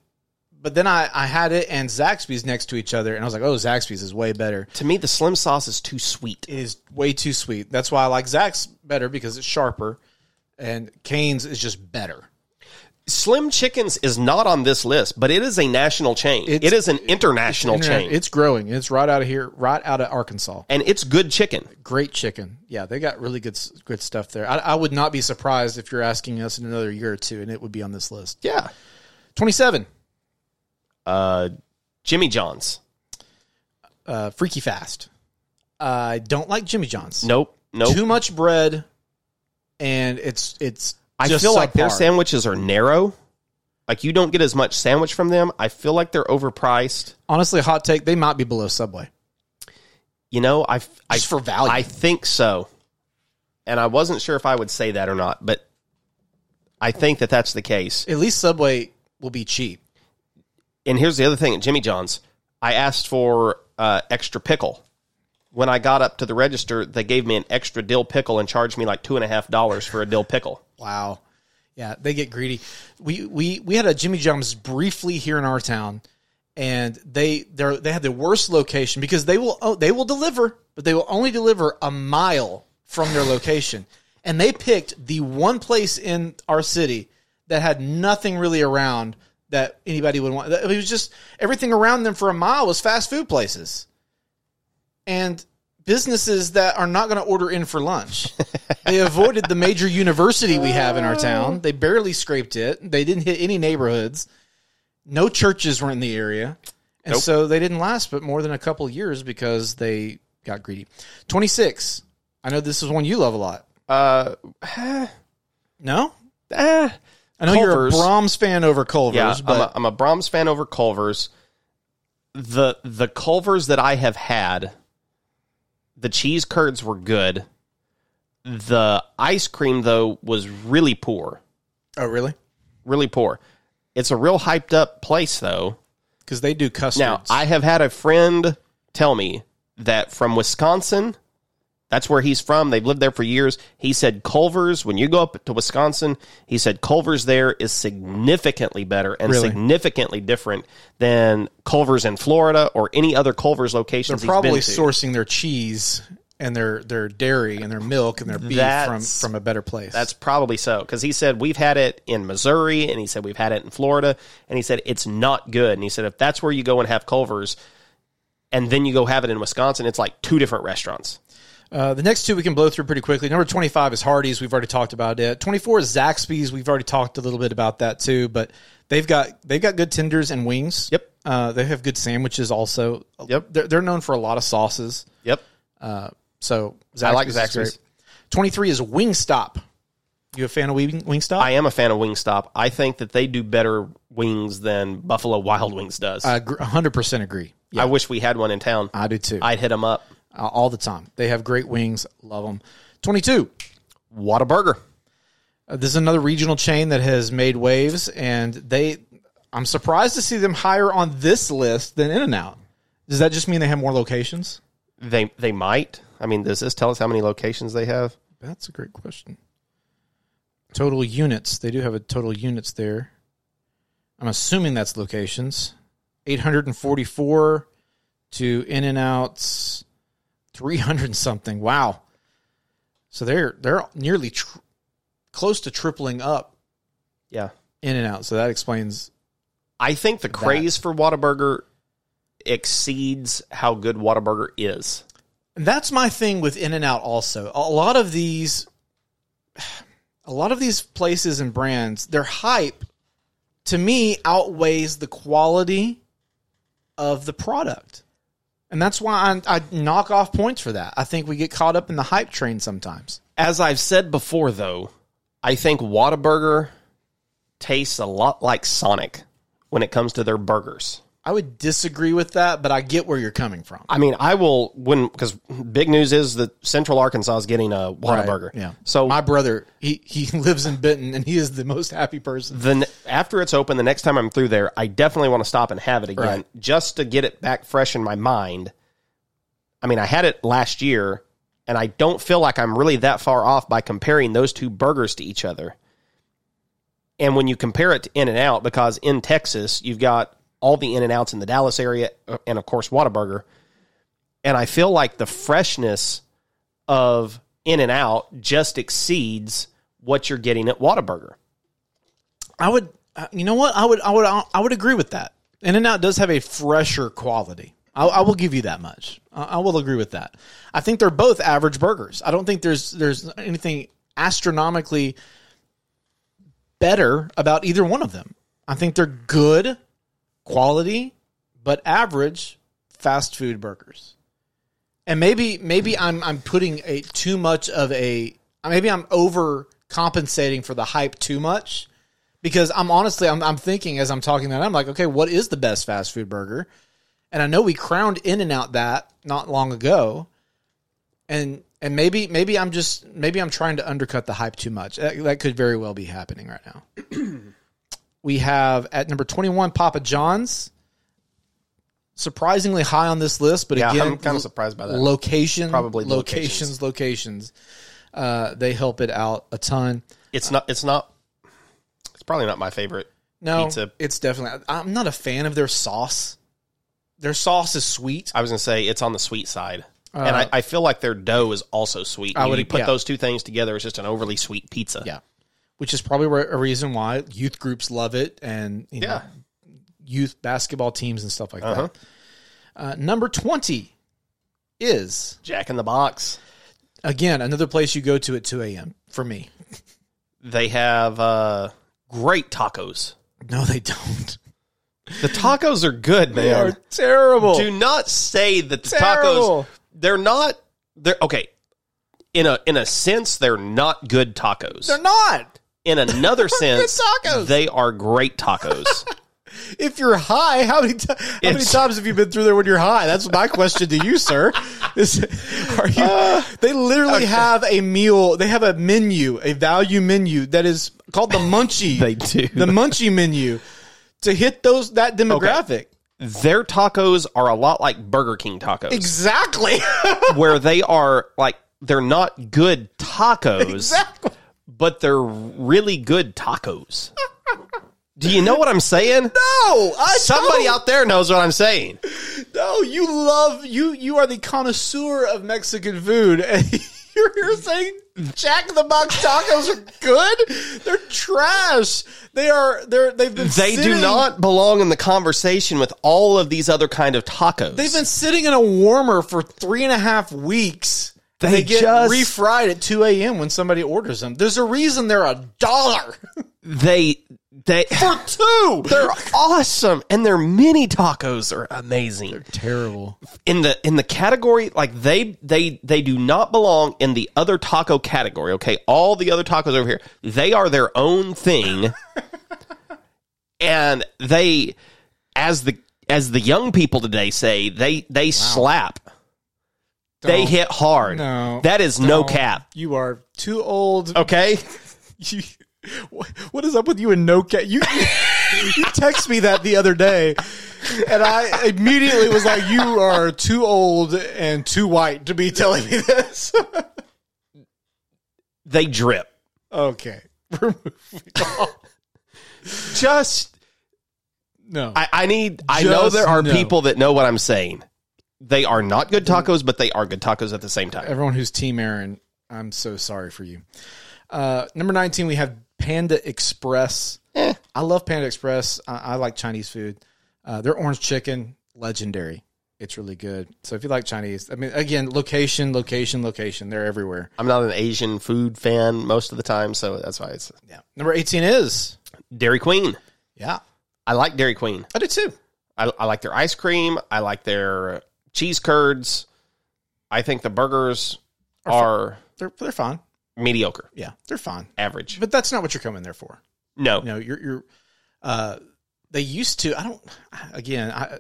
but then I I had it and Zaxby's next to each other, and I was like, oh, Zaxby's is way better. To me, the slim sauce is too sweet. It is way too sweet. That's why I like Zax better because it's sharper, and Canes is just better. Slim Chickens is not on this list, but it is a national chain. It's, It's- an international chain, It's growing. It's right out of here, right out of Arkansas. and it's good chicken. Great chicken. Yeah, they got really good s- good stuff there. I, I would not be surprised if you're asking us in another year or two, and it would be on this list. Yeah. 27 Uh, Jimmy John's. uh, freaky fast i don't like jimmy john's Nope. Nope. too much bread and it's it's I just feel like their subpar. sandwiches are narrow. Like you don't get as much sandwich from them. I feel like they're overpriced. honestly hot take they might be below subway You know, I f- I- Just for value. I think so. And I wasn't sure if I would say that or not, but I think that that's the case. at least subway will be cheap and here's the other thing at Jimmy John's. I asked for uh, extra pickle. When I got up to the register, they gave me an extra dill pickle and charged me like two and a half dollars for a dill pickle. wow yeah they get greedy we we we had a jimmy john's briefly here in our town and they they they had the worst location because they will oh, they will deliver but they will only deliver a mile from their location and they picked the one place in our city that had nothing really around that anybody would want it was just everything around them for a mile was fast food places and businesses that are not going to order in for lunch they avoided the major university we have in our town they barely scraped it they didn't hit any neighborhoods no churches were in the area and Nope. so they didn't last but more than a couple years because they got greedy 26 i know this is one you love a lot Uh, no eh. i know you're a Culver's. brahms fan over culver's yeah, I'm a, but I'm a Brahms fan over Culver's. The the Culver's that I have had, the cheese curds were good. The ice cream though was really poor, oh really really poor. It's a real hyped up place though. because they do custards Now, I have had a friend tell me that from Wisconsin, that's where he's from. They've lived there for years. He said Culver's, when you go up to Wisconsin, he said Culver's there is significantly better and Really? significantly different than Culver's in Florida or any other Culver's locations They're he's probably been to. sourcing their cheese and their their dairy and their milk and their beef from That's- from a better place. That's probably so because he said we've had it in Missouri and he said we've had it in Florida and he said it's not good and he said if that's where you go and have Culver's and then you go have it in Wisconsin, it's like two different restaurants. uh, the next two we can blow through pretty quickly. Number twenty five is Hardee's. We've already talked about it. Twenty four is Zaxby's. We've already talked a little bit about that too. But they've got they've got good tenders and wings. Yep. Uh, they have good sandwiches also. Yep. They're, they're known for a lot of sauces. Yep. So Zaxby's I like is great. Zaxby's. Twenty three is Wingstop. You a fan of Wing Wingstop? I am a fan of Wingstop. I think that they do better wings than Buffalo Wild Wings does. I gr- 100% agree. I wish we had one in town. I do too. I'd hit them up. Uh, all the time. They have great wings. Love them. 22. What a burger. Uh, this is another regional chain that has made waves, and they. I'm surprised to see them higher on this list than In and Out. Does that just mean they have more locations? They they might. I mean, does this tell us how many locations they have? That's a great question. Total units. They do have a total units there. I'm assuming that's locations. 844 to In and Out's 300 and something. Wow. So they're they're nearly tr- close to tripling up Yeah. In and Out. So that explains. I think the craze for Whataburger exceeds how good Whataburger is. That's my thing with In and Out. Also, a lot of these, a lot of these places and brands, their hype, to me, outweighs the quality of the product, and that's why I, I knock off points for that. I think we get caught up in the hype train sometimes. As I've said before, though, I think Whataburger tastes a lot like Sonic when it comes to their burgers. I would disagree with that, but I get where you're coming from. I mean, I will when because big news is that Central Arkansas is getting a Whataburger. Yeah. So My brother, he he lives in Benton, and he is the most happy person. the n- after it's open, the next time I'm through there, I definitely want to stop and have it again Right. just to get it back fresh in my mind. I mean, I had it last year, and I don't feel like I'm really that far off by comparing those two burgers to each other. And when you compare it to In and Out, because in Texas you've got all the In and Outs in the Dallas area, uh, and of course Whataburger, and I feel like the freshness of In and Out just exceeds what you're getting at Whataburger. I would, uh, you know what? I would, I would, I would agree with that. In and Out does have a fresher quality. I, I will give you that much. I, I will agree with that. I think they're both average burgers. I don't think there's there's anything astronomically better about either one of them. I think they're good quality, but average fast food burgers. And maybe maybe I'm I'm putting a too much of a maybe I'm over compensating for the hype too much because I'm honestly I'm, I'm thinking as I'm talking that I'm like okay what is the best fast food burger and I know we crowned in and out that not long ago and and maybe maybe I'm just maybe I'm trying to undercut the hype too much that, that could very well be happening right now we have at number 21 Papa John's surprisingly high on this list but Yeah, again I'm kind of surprised by that. location Probably locations locations, Uh, they help it out a ton It's not. It's not. It's probably not my favorite. No, pizza. it's definitely. I'm not a fan of their sauce. Their sauce is sweet. I was gonna say it's on the sweet side, and I, I feel like their dough is also sweet. Uh, I When would- you put yeah. those two things together, it's just an overly sweet pizza. Yeah, which is probably where- a reason why youth groups love it, and you know, yeah. Uh-huh. youth basketball teams and stuff like that. Uh, number twenty is Jack in the Box. again another place you go to at 2 a.m. For me, They have uh, great tacos. no, they don't. The tacos are good, They are man. terrible. Do not say that the tacos. Terrible. They're not. They're okay. In a in a sense, they're not good tacos. They're not. in another sense, tacos. they are great tacos. If you're high, how many ti how many It's- times have you been through there when you're high? That's my question to you, sir. Is, are you? they literally have a meal. They have a menu, a value menu that is called the Munchie. They do. the Munchie menu to hit those that demographic. their tacos are a lot like Burger King tacos, Exactly. where they are like they're not good tacos, exactly. but they're really good tacos. Do you know what I'm saying? No, I Somebody out there knows what I'm saying. No, you love you. You are the connoisseur of Mexican food, and you're here saying Jack in the Box tacos are good. They're trash. They are. They're. They've been. They do sitting- not belong in the conversation with all of these other kind of tacos. They've been sitting in a warmer for three and a half weeks. and They they get just- refried at two a.m. when somebody orders them. There's a reason they're a dollar they they for two. they're awesome, and their mini tacos are amazing. terrible. in the in the category like they they they do not belong in the other taco category okay all the other tacos over here they are their own thing and they as the as the young people today say, they they slap. They Don't. hit hard. No, that is no don't. cap. You are too old. Okay. You, wh- what is up with you and no cat? You, you, you text me that the other day, and I immediately was like, "You are too old and too white to be telling me this." They drip. okay, We're moving on. Just no. I, I need I know Just there are no. people that know what I'm saying. They are not good tacos, but they are good tacos at the same time. Everyone who's Team Aaron, I'm so sorry for you. Uh, number 19, we have Panda Express. Eh. I love Panda Express. I, I like Chinese food. Uh, their orange chicken, legendary. It's really good. So if you like Chinese, I mean, again, location, location, location. They're everywhere. I'm not an Asian food fan most of the time, so that's why it's Yeah. Number 18 is. Dairy Queen. Yeah. I like Dairy Queen. I do too. I, I like their ice cream. I like their cheese curds. I think the burgers are They're, they're fine. mediocre, Yeah. They're fine. average. But that's not what you're coming there for. No, you know you're you're uh they used to i don't again i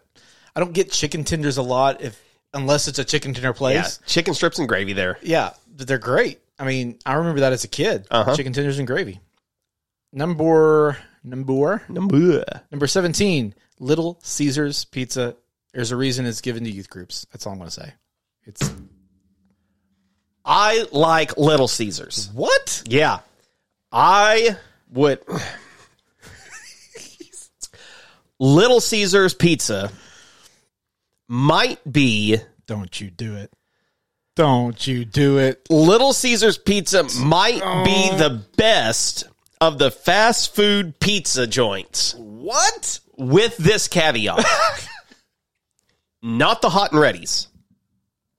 i don't get chicken tenders a lot if unless it's a chicken tender yeah, place chicken strips and gravy there. yeah, but they're great i mean i remember that as a kid Uh-huh. chicken tenders and gravy number number Number number 17 little caesars pizza there's a reason it's given to youth groups that's all i'm going to say it's I like Little Caesars. what Yeah, I would. Little Caesars pizza might be don't you do it don't you do it Little Caesars pizza might be Oh. the best of the fast food pizza joints. what with this caveat not the hot and readies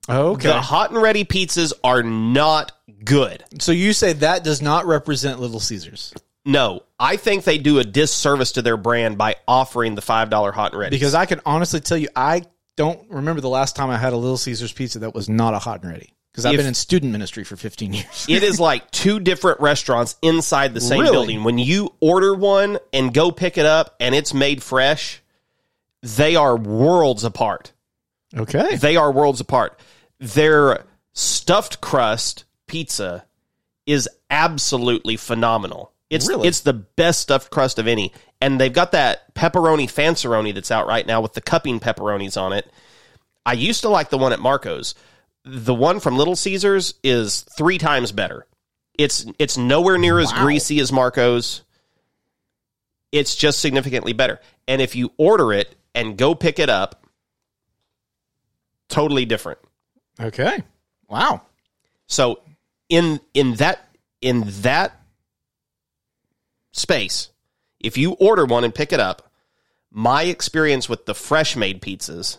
okay the hot and ready pizzas are not good so you say that does not represent little caesars no i think they do a disservice to their brand by offering the $5 hot and ready because I can honestly tell you, I don't remember the last time I had a Little Caesars pizza that was not a hot and ready. Because I've If- been in student ministry for 15 years. it is like two different restaurants inside the same Really? building when you order one and go pick it up and it's made fresh they are worlds apart Okay. they are worlds apart. Their stuffed crust pizza is absolutely phenomenal. It's Really? it's the best stuffed crust of any, and they've got that pepperoni fanceroni that's out right now with the cupping pepperonis on it. I used to like the one at Marco's. The one from Little Caesars is three times better. It's it's nowhere near as greasy as Marco's. It's just significantly better. And if you order it and go pick it up, totally different. Okay. Wow. So in in that in that space, if you order one and pick it up, my experience with the fresh made pizzas,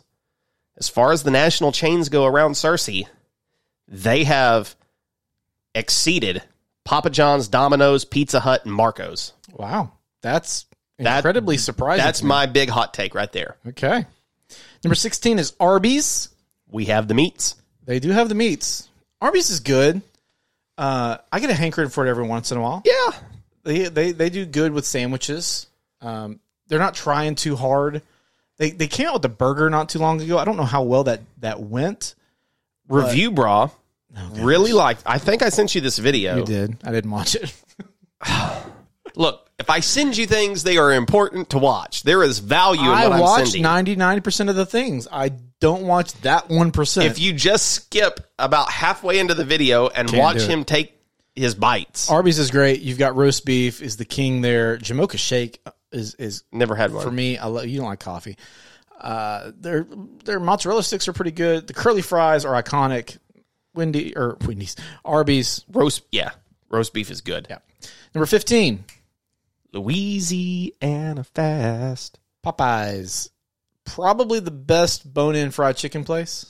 as far as the national chains go around Cersei, they have exceeded Papa John's, Domino's, Pizza Hut, and Marco's. Wow. That's That- incredibly surprising. That's to me. my big hot take right there. Okay. Number 16 is Arby's. We have the meats. They do have the meats. Arby's is good. Uh, I get a hankering for it every once in a while. Yeah. they they they do good with sandwiches. Um, they're not trying too hard. They they came out with a burger not too long ago. I don't know how well that that went. Review bra. really liked. I think I sent Oh, you this video. I did. I didn't watch it. Look, if I send you things, they are important to watch. There is value in what I I am watched sending. 99 percent of the things. I don't watch that one percent. if you just skip about halfway into the video and watch do it. him take his bites, Arby's is great. You've got roast beef is the king there. Jamocha shake is is never had one. for me. I love you don't like coffee. Uh, their their mozzarella sticks are pretty good. The curly fries are iconic. Wendy or Wendy's Arby's roast, yeah, roast beef is good. number 15 Louisiana fast. Popeyes. Probably the best bone in fried chicken place.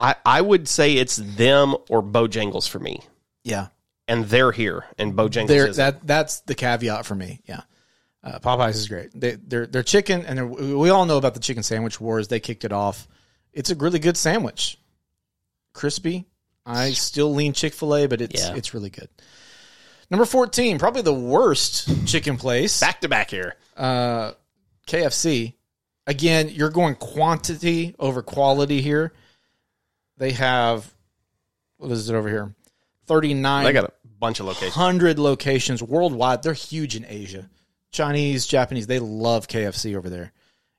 I I would say it's them or Bojangles for me, Yeah. and they're here, and Bojangles There is that that's the caveat for me. Yeah. Uh, Popeyes is great. They their their chicken and their, we all know about the chicken sandwich wars. They kicked it off. It's a really good sandwich. Crispy. I still lean Chick-fil-A, but it's Yeah. it's really good. Number 14, probably the worst chicken place. back to back here. Uh KFC. again, you're going quantity over quality here. They have what is it over here? Thirty They nine got a bunch of locations. hundred locations worldwide. They're huge in Asia. Chinese, Japanese, they love KFC over there.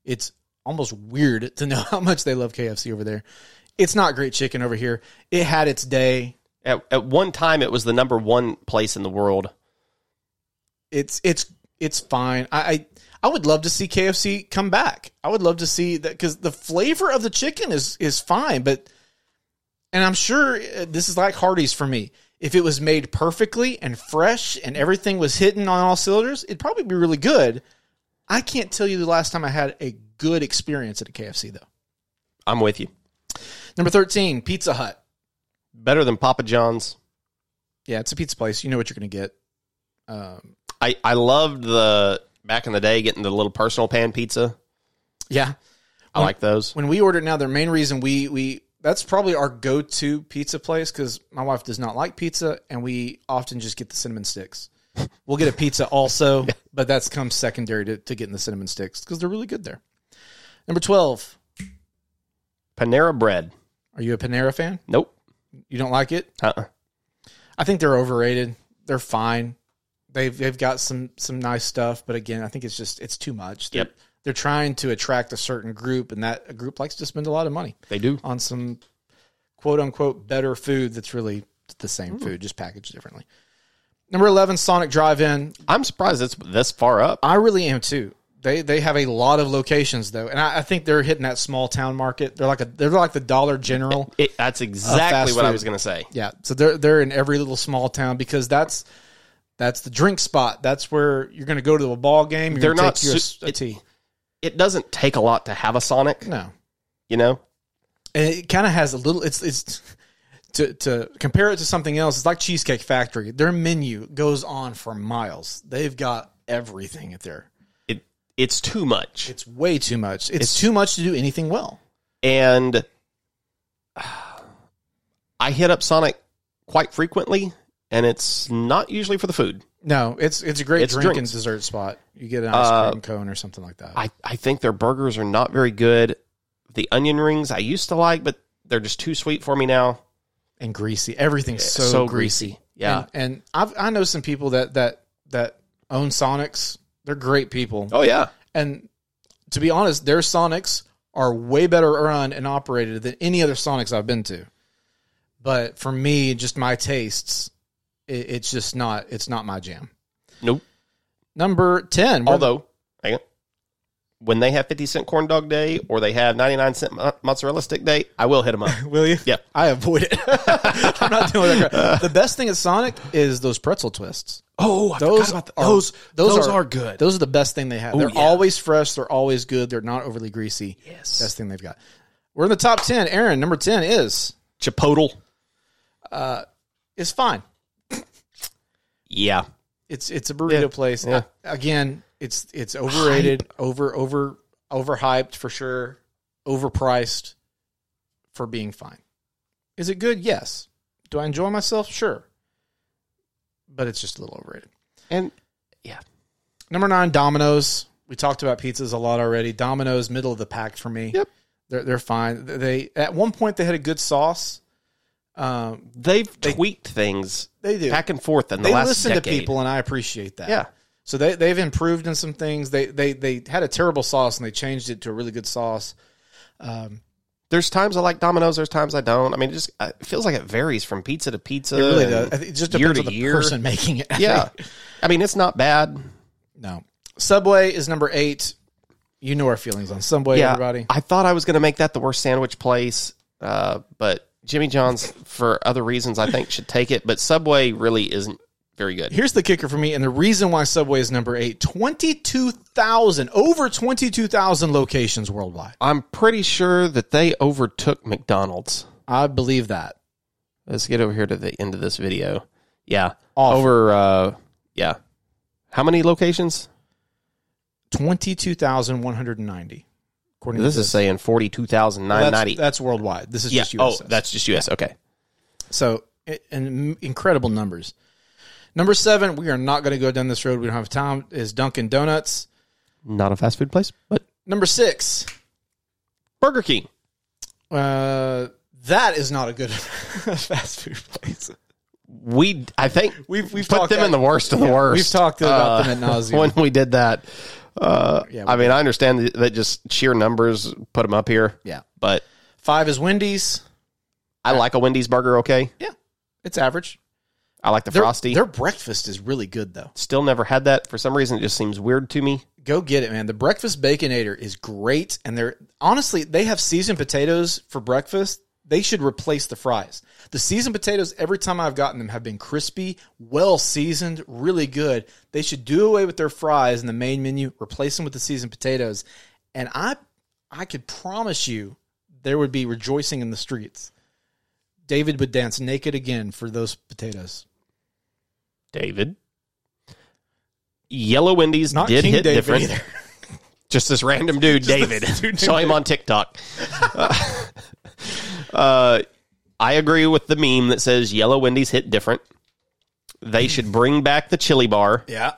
It's almost weird to know how much they love KFC over there. It's not great chicken over here. It had its day. At, at one time, it was the number one place in the world. It's it's it's fine. I I, I would love to see KFC come back. I would love to see that because the flavor of the chicken is is fine, but and I'm sure uh, this is like Hardee's for me. If it was made perfectly and fresh and everything was hitting on all cylinders, it'd probably be really good. I can't tell you the last time I had a good experience at a KFC though. I'm with you. Number thirteen, Pizza Hut. Better than Papa John's. Yeah, it's a pizza place. You know what you're going to get. Um, I, I loved the back in the day getting the little personal pan pizza. yeah, I like those. when we order now, their main reason we we that's probably our go to pizza place because my wife does not like pizza, and we often just get the cinnamon sticks. We'll get a pizza also, but that's comes secondary to, to getting the cinnamon sticks because they're really good there. Number twelve, Panera bread. are you a Panera fan? Nope. You don't like it? Uh-uh. I think they're overrated. They're fine. They've they've got some some nice stuff, but again, I think it's just it's too much. They're, Yep. they're trying to attract a certain group, and that group likes to spend a lot of money. They do. on some quote unquote better food that's really the same Hmm. food, just packaged differently. Number 11, Sonic Drive In. I'm surprised it's this far up. I really am too. They, they have a lot of locations though, and I, I think they're hitting that small town market. They're like a they're like the Dollar General. It, that's exactly what I food. was going to say. Yeah, so they're they're in every little small town because that's that's the drink spot. That's where you're going to go to a ball game. You're They're gonna not take your, s- su- a tea. It doesn't take a lot to have a Sonic, No, you know? and it kind of has a little it's it's to to compare it to something else it's like cheesecake factory their menu goes on for miles they've got everything at there It it's too much. it's way too much it's, too much to do anything well and ah, I hit up Sonic quite frequently and it's not usually for the food. no it's it's a great It's drink and drinks. dessert spot you get an ice Uh, cream cone or something like that I, I think their burgers are not very good. The onion rings I used to like, but they're just too sweet for me now. and greasy everything's so, so greasy, greasy. Yeah. and, and i've i know some people that that that own sonics they're great people Oh yeah. And to be honest, their Sonics are way better run and operated than any other Sonics I've been to. But for me, just my tastes, it, it's just not it's not my jam. Nope. Number ten. we're- Although, hang on. When they have 50 cent corn dog day or they have 99 cent mo- mozzarella stick day, I will hit them up. will you? Yeah. I avoid it. I'm not doing that. crap. The best thing at Sonic is those pretzel twists. oh, I Those are those, those, those are good. Those are the best thing they have. they're yeah. always fresh. They're always good. They're not overly greasy. Yes. Best thing they've got. We're in the top ten. Aaron, number ten is Chipotle. is fine. Yeah. It's it's a burrito Yeah, place. yeah. A- again, it's it's overrated, over over overhyped for sure, overpriced for being fine. Is it good? Yes. Do I enjoy myself? Sure. But it's just a little overrated. And Number nine, Domino's. We talked about pizzas a lot already. Domino's, middle of the pack for me. Yep. They're they're fine. They at one point they had a good sauce. Um, they've tweaked things they do. back and forth in the they last listen decade. to people, and I appreciate that. Yeah. So they they've improved in some things. They they they had a terrible sauce and they changed it to a really good sauce. Um, There's times I like Domino's. There's times I don't. I mean, it just I- it feels like it varies from pizza to pizza. it really does. and- I think It just year depends to on the year. person making it. Yeah. I mean, it's not bad. no. Subway is number eight. You know our feelings on Subway, yeah, everybody. I thought I was going to make that the worst sandwich place, uh, but Jimmy John's, for other reasons, I think should take it. But Subway really isn't very good. Here's the kicker for me, and the reason why Subway is number eight: twenty-two thousand, over twenty-two thousand locations worldwide. I'm pretty sure that they overtook McDonald's. I believe that. Let's get over here to the end of this video. Yeah, Off. over. Uh, yeah, how many locations? Twenty-two thousand one hundred and ninety. According This to is saying forty-two thousand nine that's, ninety. that's worldwide. This is Yeah. just Oh, USS. that's just U.S. Okay. So, i- and incredible numbers. Number seven, we are not going to go down this road. We don't have time. Is Dunkin' Donuts? Not a fast food place, but Number six. Burger King. Uh, that is not a good fast food place. We, I think We've- we've put talked them in that- the worst of the yeah, worst. Uh, we've talked about them ad nauseam. when we did that. Uh, Yeah, we I mean, I understand that- that just sheer numbers put them up here, Yeah. but Five is Wendy's. I like a Wendy's burger. Okay, Yeah, it's average. I like the Their, frosty. Their breakfast is really good though. Still never had that for some reason. It just seems weird to me. Go get it, man. The breakfast baconator is great, and they're honestly they have seasoned potatoes for breakfast. They should replace the fries. The seasoned potatoes, every time I've gotten them, have been crispy, well seasoned, really good. They should do away with their fries in the main menu, replace them with the seasoned potatoes, and I, I could promise you, there would be rejoicing in the streets. David would dance naked again for those potatoes. David, Yellow Wendy's Not did King hit David different. either. Just this random dude, David. Saw him on TikTok. uh, I agree with the meme that says Yellow Wendy's hit different. They Mm. should bring back the chili bar. Yeah,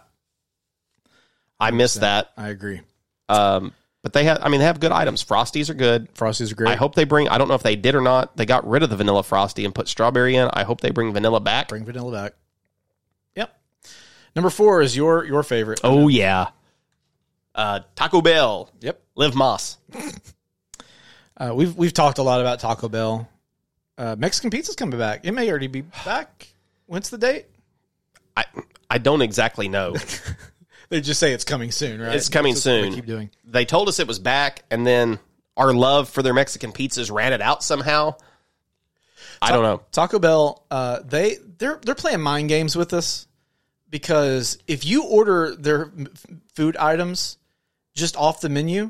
I miss that. I agree. Um, but they have, I mean, they have good items. Frosties are good. Frosties are great. I hope they bring. I don't know if they did or not. They got rid of the vanilla frosty and put strawberry in. I hope they bring vanilla back. Bring vanilla back. Yep. Number four is your your favorite. oh yeah. Uh, Taco Bell, Yep. Live Moss. Uh, we've we've talked a lot about Taco Bell. Uh, Mexican pizza's coming back. It may already be back. When's the date? I I don't exactly know. They just say it's coming soon, right? It's coming That's what they soon. keep doing. they told us it was back, and then our love for their Mexican pizzas ran it out somehow. I don't know. Taco Bell, uh, they they're they're playing mind games with us because if you order their m- f- food items just off the menu,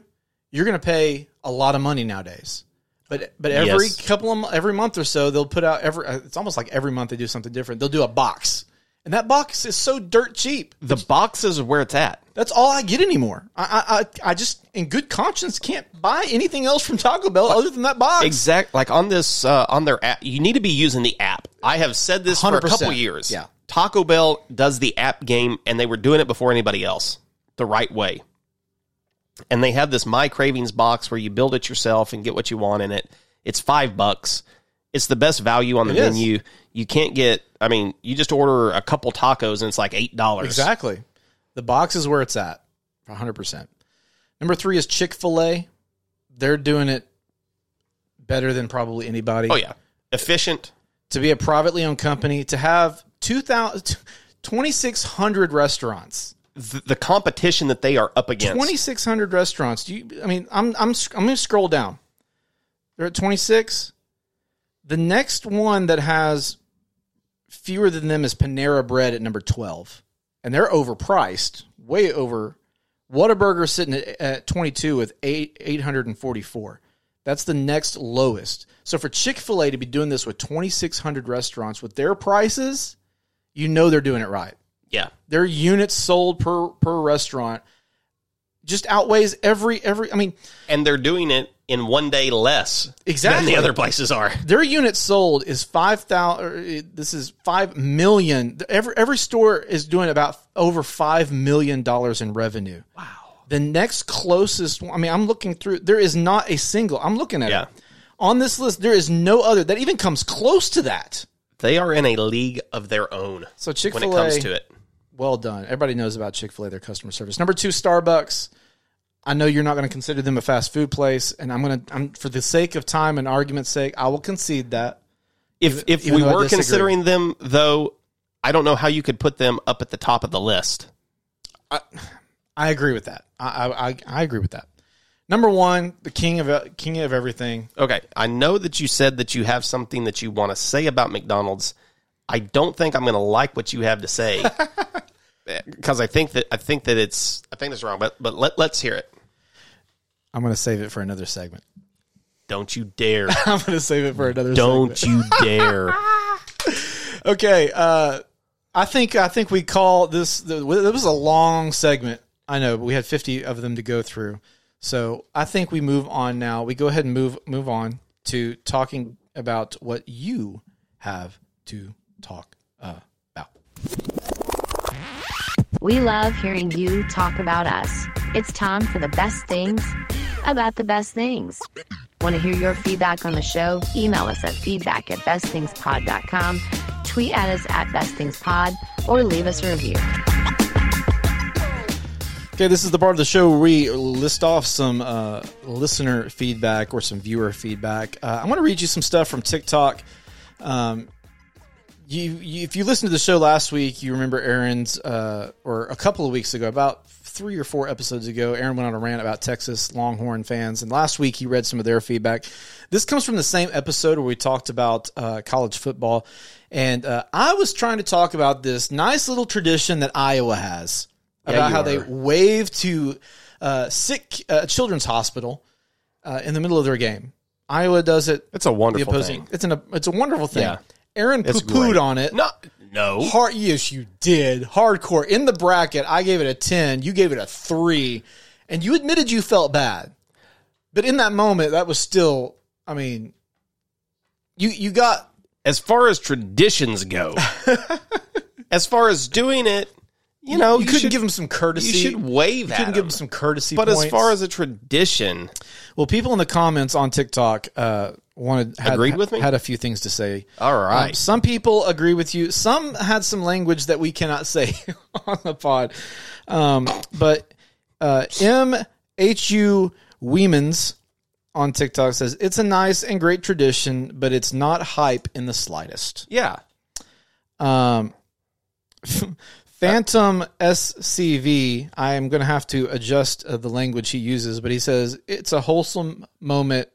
you're going to pay a lot of money nowadays. But but every Yes. couple of mo- every month or so, they'll put out every. uh, It's almost like every month they do something different. They'll do a box, and that box is so dirt cheap. The boxes is where it's at. That's all I get anymore. I I, I I just in good conscience can't buy anything else from Taco Bell other than that box. Exact like on this uh, on their app. You need to be using the app. I have said this for a 100%. couple years. Yeah. Taco Bell does the app game, and they were doing it before anybody else the right way. And they have this My Cravings box where you build it yourself and get what you want in it. It's five bucks. It's the best value on the It is. menu. You can't get. I mean, you just order a couple tacos and it's like eight dollars. Exactly. The box is where it's at, 100%. Number three is Chick fil A. They're doing it better than probably anybody. Oh yeah, efficient. To be a privately owned company, to have 2,000 2,600 restaurants. The, the competition that they are up against. 2,600 restaurants. Do you, I mean, I'm, I'm, sc- I'm going to scroll down. They're at 26. The next one that has fewer than them is Panera Bread at number 12. And they're overpriced, way over. Whataburger sitting at, at 22 with eight, 844. That's the next lowest. So for Chick fil A to be doing this with 2,600 restaurants with their prices, you know they're doing it right yeah, their units sold per per restaurant just outweighs every every I mean and they're doing it in one day less than Exactly. the other places are. their units sold is 5000 this is 5 million every every store is doing about over 5 million dollars in revenue wow the next closest one- I mean I'm looking through there is not a single I'm looking at Yeah. it on this list there is no other that even comes close to that They are in a league of their own so when it Chick-fil-A comes to it. well done. Everybody knows about Chick fil A, their customer service. Number two, Starbucks. I know you're not going to consider them a fast food place, and I'm going to, I'm, for the sake of time and argument's sake, I will concede that. If if even we though I were disagree. considering them though, I don't know how you could put them up at the top of the list. I agree with that. I, I, I, I agree with that. Number one, the king of king of everything. Okay, I know that you said that you have something that you want to say about McDonald's. I don't think I'm going to like what you have to say because I think that I think that it's I think that's wrong. But but let, let's hear it. I'm going to save it for another segment. Don't you dare! I'm going to save it for another. segment. Don't you dare! Okay. Uh, I think I think we call this. The, it was a long segment. I know, but we had 50 of them to go through. So I think we move on now. We go ahead and move move on to talking about what you have to talk about. We love hearing you talk about us. It's time for the best things about the best things. Want to hear your feedback on the show? Email us at feedback at bestthingspod.com, tweet at us at bestthingspod, or leave us a review. Okay, this is the part of the show where we list off some uh, listener feedback or some viewer feedback. Uh, I'm going to read you some stuff from TikTok. Um, you, you, if you listened to the show last week, you remember Aaron's, uh, or a couple of weeks ago, about three or four episodes ago, Aaron went on a rant about Texas Longhorn fans, and last week he read some of their feedback. This comes from the same episode where we talked about uh, college football, and uh, I was trying to talk about this nice little tradition that Iowa has Yeah, about you how are. they wave to uh, sick uh, children's hospital uh, in the middle of their game. Iowa does it. It's a wonderful the opposing. thing. It's an it's a wonderful thing. Yeah. Aaron poo It's pooed great. on it. No, no. Hard, yes, you did. Hardcore in the bracket. I gave it a ten. You gave it a three, and you admitted you felt bad. But in that moment, that was still. I mean, you you got As far as traditions go, as far as doing it, you know, you, couldn't should, give him some courtesy. you should wave You at couldn't give him them. some courtesy. But as points. far as a tradition, well, people in the comments on TikTok uh, wanted had, Agreed with me? Had a few things to say. all right. Um, some people agree with you. Some had some language that we cannot say on the pod. Um, but uh, MHU Weemans on TikTok says, It's a nice and great tradition, but it's not hype in the slightest. yeah. Um, Phantom SCV, I am going to have to adjust uh, the language he uses, but he says, It's a wholesome moment.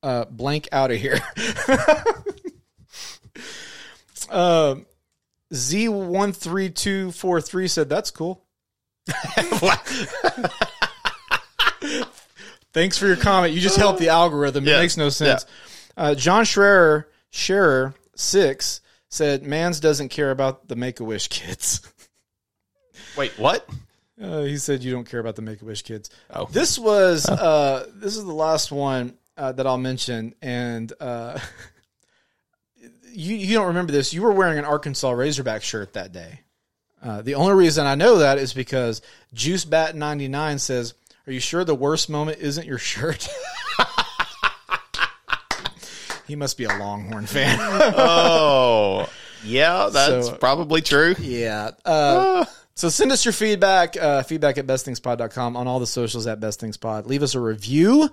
Uh, blank out of here. Um, Z13243 said, That's cool. Thanks for your comment. You just helped the algorithm. It Yeah. makes no sense. Uh, John Schreier, Scherer, six, said, Mans doesn't care about the Make a Wish kids. Wait, what? Uh, he said, "You don't care about the Make a Wish kids." Oh. This was uh, this is the last one uh, that I'll mention, and uh, you you don't remember this. You were wearing an Arkansas Razorback shirt that day. Uh, the only reason I know that is because Juice Bat ninety nine says, "Are you sure the worst moment isn't your shirt?" he must be a Longhorn fan. Oh, yeah, that's So- probably true. yeah. Uh, So send us your feedback, uh, feedback at bestthingspod.com on all the socials at bestthingspod. Leave us a review.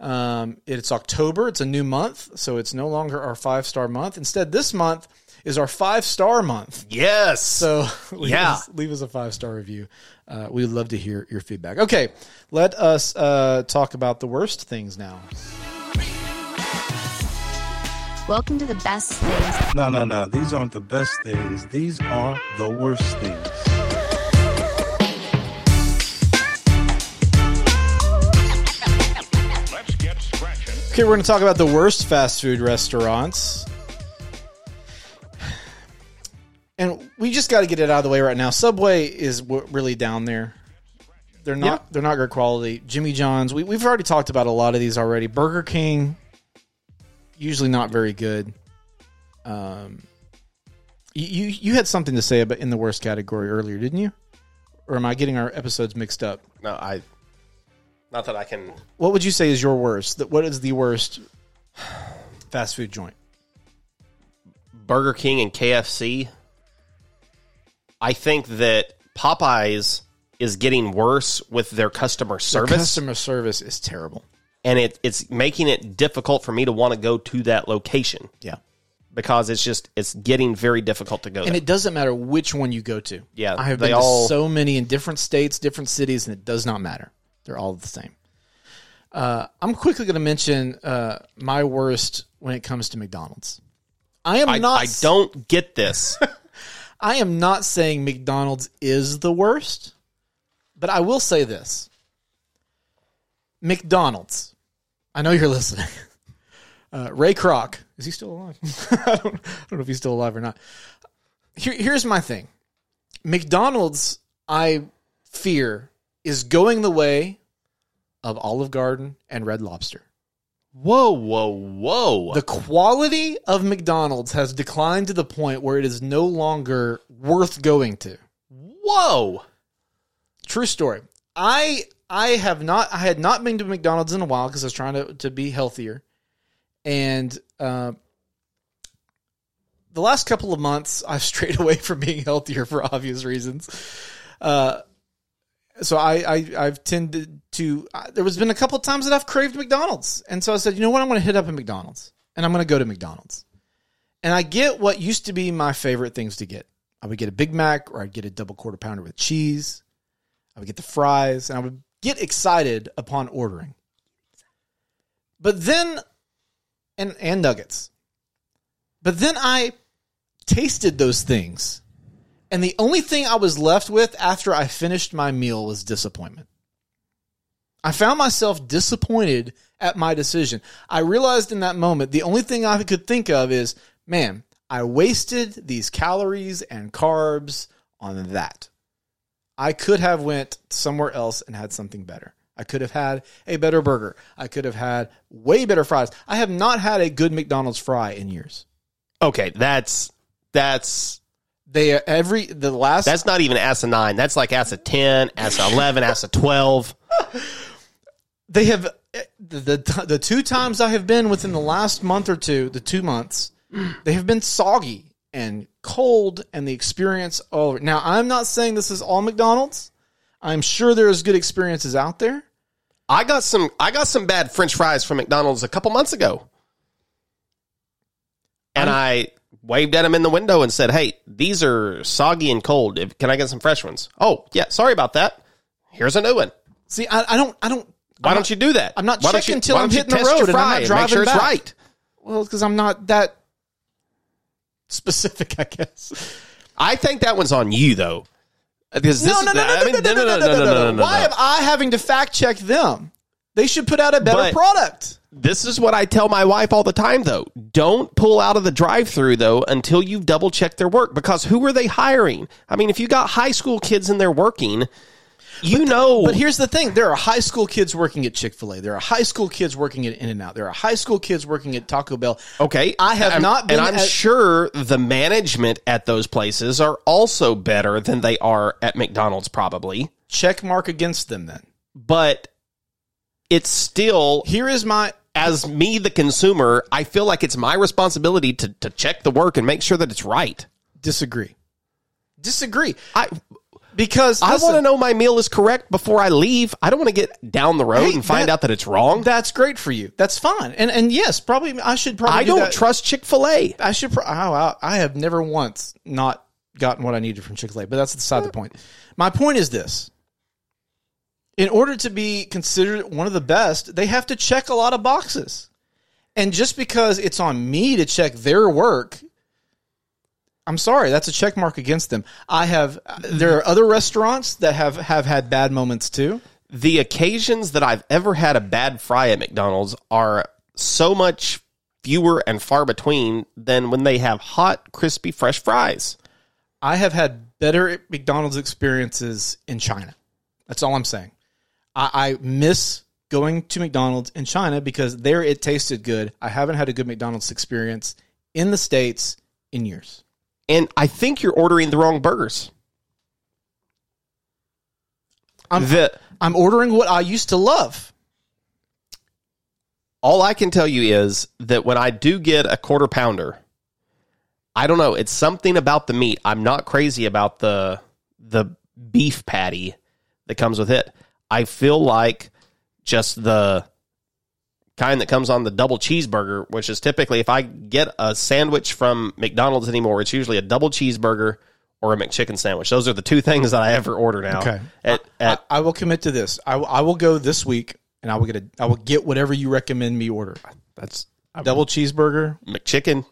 Um, it's October. It's a new month. So it's no longer our five star month. Instead, this month is our five star month. Yes. So leave, Yeah. us, leave us a five star review. Uh, we'd love to hear your feedback. Okay. Let us uh, talk about the worst things now. Welcome to the best things No, no, no. These aren't the best things. These are the worst things. Okay. We're going to talk about the worst fast food restaurants. And we just got to get it out of the way right now. Subway is w- really down there. They're not. They're not good quality. Jimmy John's. We, we've already talked about a lot of these already. Burger King, usually not very good. Um, you you, you had something to say about in the worst category earlier, didn't you? Or am I getting our episodes mixed up? no, I. Not that I can. What would you say is your worst? That what is the worst fast food joint? Burger King and KFC. I think that Popeyes is getting worse with their customer service, Customer service is terrible. and it, it's making it difficult for me to want to go to that location Yeah, because it's just it's getting very difficult to go. and there. it doesn't matter which one you go to. Yeah, I have they been all- to so many in different states, different cities, and it does not matter. They're all the same. Uh, I'm quickly going to mention uh, my worst when it comes to McDonald's. I am I, not. I don't get this. I am not saying McDonald's is the worst, but I will say this. McDonald's. I know you're listening. Uh, Ray Kroc. Is he still alive? I, don't, I don't know if he's still alive or not. Here, here's my thing McDonald's, I fear, is going the way of Olive Garden and Red Lobster. whoa, whoa, whoa! The quality of McDonald's has declined to the point where it is no longer worth going to. whoa! True story. I I have not. I had not been to McDonald's in a while because I was trying to to be healthier, and uh, the last couple of months I've strayed away from being healthier for obvious reasons. Uh, so I, I I've tended to. I, there has been a couple of times that I've craved McDonald's, and so I said, you know what, I'm going to hit up a McDonald's, and I'm going to go to McDonald's, and I get what used to be my favorite things to get. I would get a Big Mac, or I'd get a double quarter pounder with cheese. I would get the fries, and I would get excited upon ordering. But then, and and nuggets. But then I tasted those things, and the only thing I was left with after I finished my meal was disappointment. I found myself disappointed at my decision. I realized in that moment the only thing I could think of is, man, I wasted these calories and carbs on that. I could have went somewhere else and had something better. I could have had a better burger. I could have had way better fries. I have not had a good McDonald's fry in years. Okay, that's that's They are every the last that's not even ASA nine. That's like ASA ten, ASA eleven, ASA twelve. they have the, the the two times I have been within the last month or two, the two months, they have been soggy and cold, and the experience all over. Now I'm not saying this is all McDonald's. I'm sure there is good experiences out there. I got some I got some bad French fries from McDonald's a couple months ago. And i waved at him in the window and said, Hey, these are soggy and cold. If- Can I get some fresh ones? Oh, yeah, sorry about that. Here's a new one. See, I, I don't, I don't. Why don't you do that? I'm not why don't checking you- till why I'm don't you hitting the test your road and I'm fry not make driving sure it's back. right. Well, because I'm not that specific, I guess. I think that one's on you though. Because this No, is no, no, I mean, no, no, no, no, no, no, no, no. Why am I having to fact check them? They should put out a better But- product. This is what I tell my wife all the time, though. Don't pull out of the drive through, though, until you've double checked their work because who are they hiring? I mean, if you got high school kids in there working, you know. But here's the thing: there are high school kids working at Chick Fil A. There are high school kids working at In and Out. There are high school kids working at Taco Bell. okay. I have I'm- not been And I'm at- sure the management at those places are also better than they are at McDonald's, probably. Check mark against them. Then But it's still here is my as me, the consumer, I feel like it's my responsibility to, to check the work and make sure that it's right. disagree. Disagree I because I want to listen, know my meal is correct before I leave. I don't want to get down the road Hey, and find that- out that it's wrong. That's great for you. That's fine. And and yes, probably I should probably I do don't that. trust Chick Fil A. I should. Pro- oh, I, I have never once not gotten what I needed from Chick Fil A, but that's beside the point. My point is this: in order to be considered one of the best, they have to check a lot of boxes, and just because it's on me to check their work. I'm sorry, that's a check mark against them. I have there are other restaurants that have have had bad moments too. The occasions that I've ever had a bad fry at McDonald's are so much fewer and far between than when they have hot, crispy, fresh fries. I have had better McDonald's experiences in China. That's all I'm saying. I, I miss going to McDonald's in China because there it tasted good. I haven't had a good McDonald's experience in the States in years. And I think you're ordering the wrong burgers. I'm- The- I'm ordering what I used to love. all I can tell you is that when I do get a quarter pounder, I don't know, it's something about the meat. I'm not crazy about the the beef patty that comes with it. I feel like just the kind that comes on the double cheeseburger, which is typically if I get a sandwich from McDonald's anymore, it's usually a double cheeseburger or a McChicken sandwich. Those are the two things that I ever order now. Okay. At, at, I, I will commit to this. I, will- I will go this week and I will get a I will get whatever you recommend me order. that's Double cheeseburger. McChicken,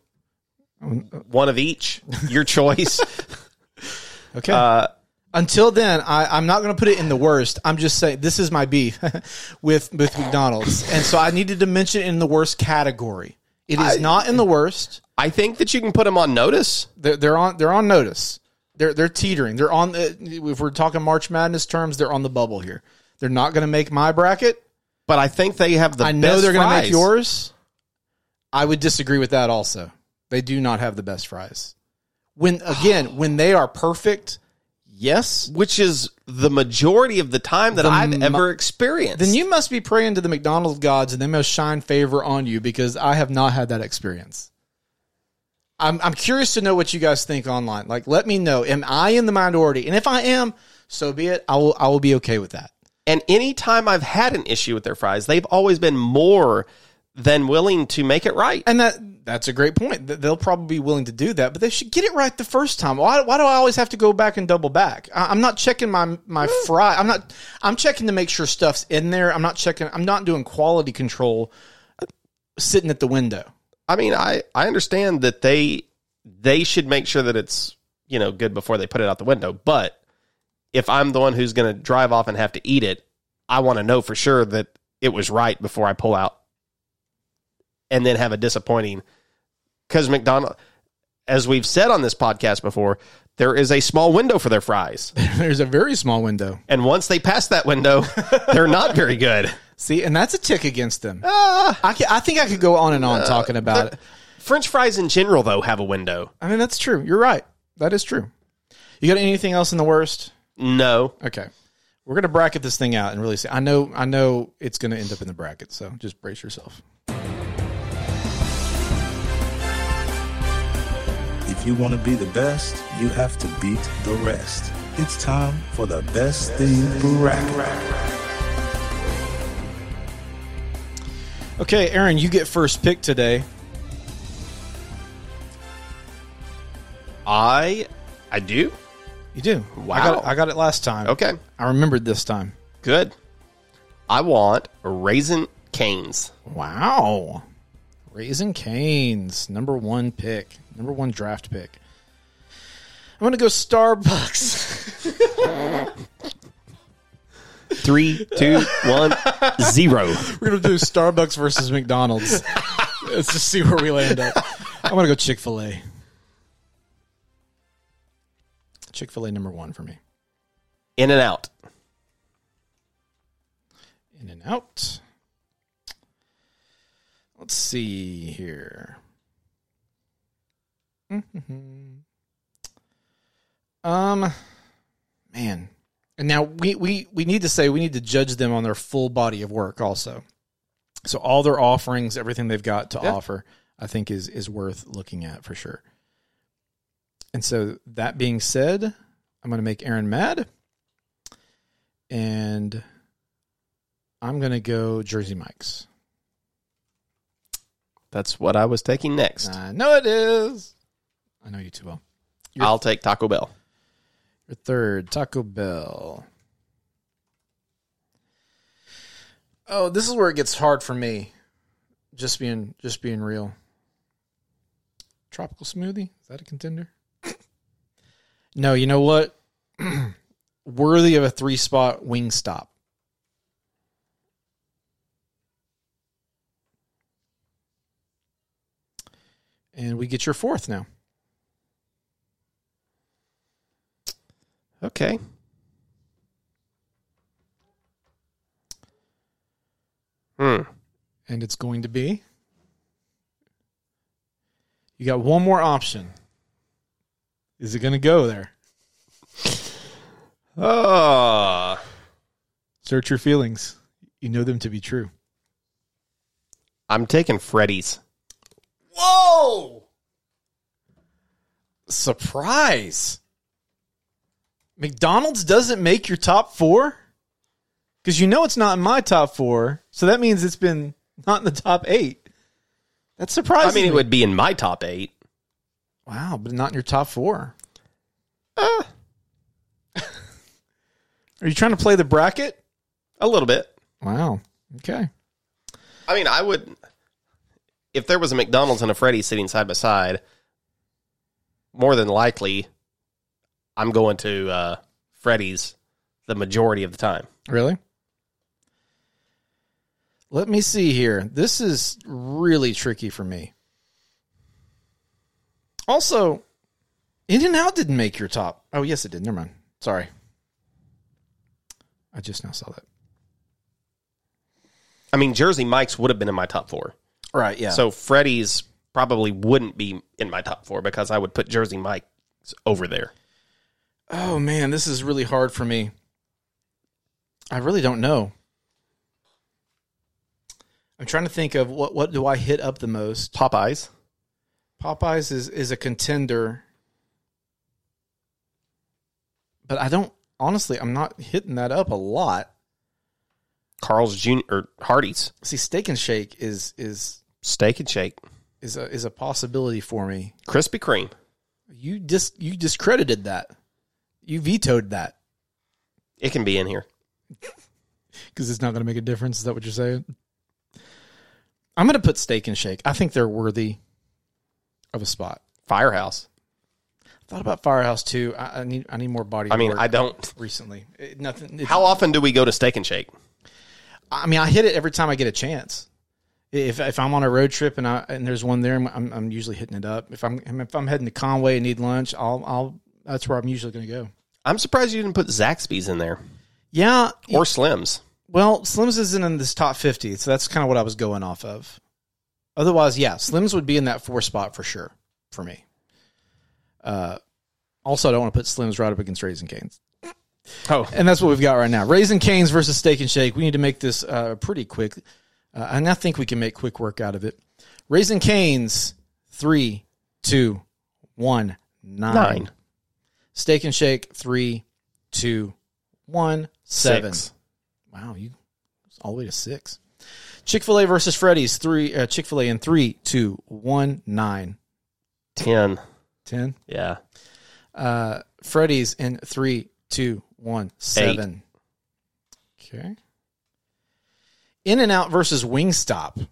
one of each, your choice. Okay. Uh, Until then, I, I'm not going to put it in the worst. I'm just saying this is my beef with with McDonald's, and so I needed to mention it in the worst category. It is not in the worst. I think that you can put them on notice. They're, they're on they're on notice. They're they're teetering. They're on the if we're talking March Madness terms, they're on the bubble here. They're not going to make my bracket. But I think they have the. I know best they're going to make fries. yours. I would disagree with that. Also, they do not have the best fries. When again, when they are perfect, yes, which is the majority of the time that The I've mo- ever experienced. then you must be praying to the McDonald's gods and they must shine favor on you because I have not had that experience. I'm, I'm curious to know what you guys think online. Like, let me know. Am I in the minority? And if I am, so be it. I will, I will be okay with that. And anytime I've had an issue with their fries, they've always been more than willing to make it right. And that that's a great point. Th- They'll probably be willing to do that, but they should get it right the first time. Why, why do I always have to go back and double back? I, I'm not checking my my fry. I'm not. I'm checking to make sure stuff's in there. I'm not checking. I'm not doing quality control. uh, Sitting at the window. I mean, I, I understand that they they should make sure that it's, you know, good before they put it out the window, but if I'm the one who's going to drive off and have to eat it, I want to know for sure that it was right before I pull out and then have a disappointing cuz McDonald as we've said on this podcast before, there is a small window for their fries. There's a very small window. And once they pass that window, they're not very good. See, and that's a tick against them. I ca- I think I could go on and on talking about it. French fries in general, though, have a window. I mean, that's true. You're right. That is true. You got anything else in the worst? No. Okay. We're gonna bracket this thing out and really see. I know, I know it's gonna end up in the bracket, so just brace yourself. If you want to be the best, you have to beat the rest. It's time for the best thing bracket. Okay, Aaron, you get first pick today. I I do. You do. I Wow. got, I got it last time. Okay. I remembered this time. Good. I want raisin canes. Wow. Raisin Canes, number one pick, number one draft pick. I'm gonna go Starbucks. Three, two, one, zero. We're gonna do Starbucks versus McDonald's. Let's just see where we land up. I'm gonna go Chick Fil A. Chick Fil A number one for me. In and out. In and out. Let's see here. Mm-hmm. um, man, and now we we we need to say we need to judge them on their full body of work also. So all their offerings, everything they've got to Yeah. offer, I think is is worth looking at for sure. And so that being said, I'm going to make Aaron mad, and I'm going to go Jersey Mike's. That's what I was taking next. I know Uh, it is. I know you too well. you're- I'll take Taco Bell. Your third, Taco Bell. Oh, this is where it gets hard for me. Just being just being real. Tropical smoothie? Is that a contender? no, you know what? Worthy of a three spot wing stop. And we get your fourth now. Okay. Hmm. and it's going to be you got one more option is it going to go there Oh. search your feelings you know them to be true I'm taking Freddy's. whoa surprise mcdonald's doesn't make your top four because you know it's not in my top four so that means it's been not in the top eight that's I surprising mean, it me. would be in my top eight. wow but not in your top four Ah. Uh, are you trying to play the bracket a little bit. wow okay I mean, I would. If there was a McDonald's and a Freddy's sitting side by side, more than likely, I'm going to uh, Freddy's the majority of the time. Really? Let me see here. This is really tricky for me. Also, In and Out didn't make your top. Oh, yes, it did. Never mind. Sorry. I just now saw that. I mean, Jersey Mike's would have been in my top four. Right, yeah. So So Freddy's probably wouldn't be in my top four because I would put Jersey Mike's over there. Oh man, this is really hard for me. I really don't know. I'm trying to think of what what do I hit up the most. Popeyes. Popeyes is is a contender, but I don't honestly. I'm not hitting that up a lot. Carl's Jr. or Hardee's See, Steak and Shake is is Steak and Shake, is a is a possibility for me. Krispy Kreme. You dis you discredited that. You vetoed that It can be in here. because it's not going to make a difference. Is that what you're saying? I'm going to put Steak and Shake. I think they're worthy of a spot. Firehouse. Thought about Firehouse too. I, I need I need more body. I mean, work I don't. recently It- nothing. it- How often do we go to Steak and Shake? I mean, I hit it every time I get a chance. If if I'm on a road trip and I and there's one there, I'm I'm, I'm usually hitting it up. If I'm if I'm heading to Conway and need lunch, I'll I'll that's where I'm usually going to go. I'm surprised you didn't put Zaxby's in there Yeah. or Slim's. Well, Slim's isn't in this top 50, so that's kind of what I was going off of. Otherwise, yeah, Slim's would be in that four spot for sure for me. Uh, also, I don't want to put Slim's right up against Raisin Canes. Oh, And that's what we've got right now. Raisin Canes versus Steak and Shake. We need to make this uh, pretty quick. Uh, and I think we can make quick work out of it. Raisin Canes, three, two, one, nine. nine. Steak and Shake, three, two, one, seven. Six. Wow, you it's all the way to six. Chick Fil A versus Freddy's three. Uh, Chick Fil A in three, two, one, nine, Ten. ten. Yeah. Uh, Freddy's in three, two, one, seven. Okay. In and out versus Wingstop.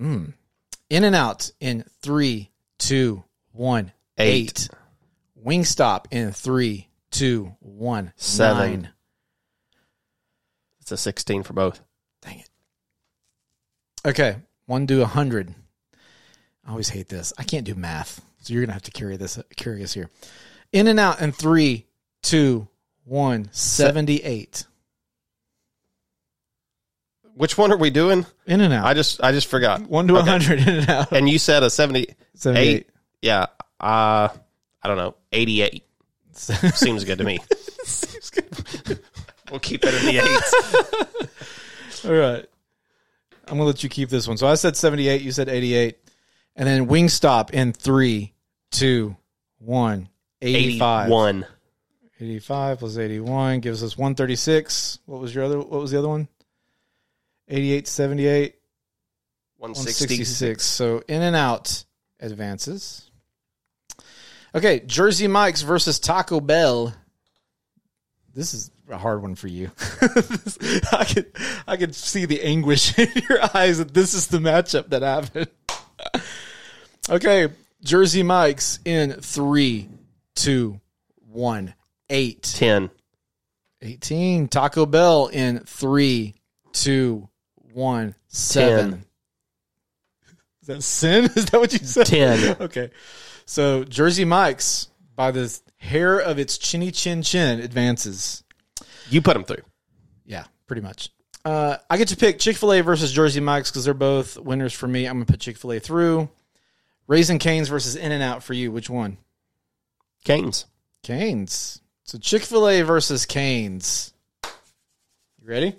Mm. In and out in three, two, one, Eight. eight. Wingstop in three, two, one, Seven. nine. It's a 16 for both. Dang it. Okay, one do a hundred. I always hate this. I can't do math, so you're gonna have to carry this carry us here. In and out in three, two, one, seventy-eight. Which one are we doing? In and out. I just I just forgot. one to a Okay. hundred. In and out. And you said a 78. 78. Yeah. Uh, I don't know. 88 seems good to me. we'll keep it in the eights. All right. I'm gonna let you keep this one. So I said seventy-eight. You said eighty-eight, and then Wingstop in three, two, one, eighty-five. 81. 85 plus 81 gives us 136. What was your other what was the other one? 88 78 166. So in and out advances. Okay, Jersey Mike's versus Taco Bell. This is a hard one for you. I could I could see the anguish in your eyes that this is the matchup that happened. okay, Jersey Mike's in three, two, one, eight. 10. 18. Taco Bell in three, two, one, seven. Ten. Is that sin? Is that what you said? 10. Okay. So Jersey Mike's by the hair of its chinny chin chin advances. You put them through. Yeah, pretty much. Uh, I get to pick Chick fil A versus Jersey Mike's because they're both winners for me. I'm going to put Chick fil A through. Raisin Canes versus In N Out for you. Which one? Canes. Canes. So Chick fil A versus Canes. You ready?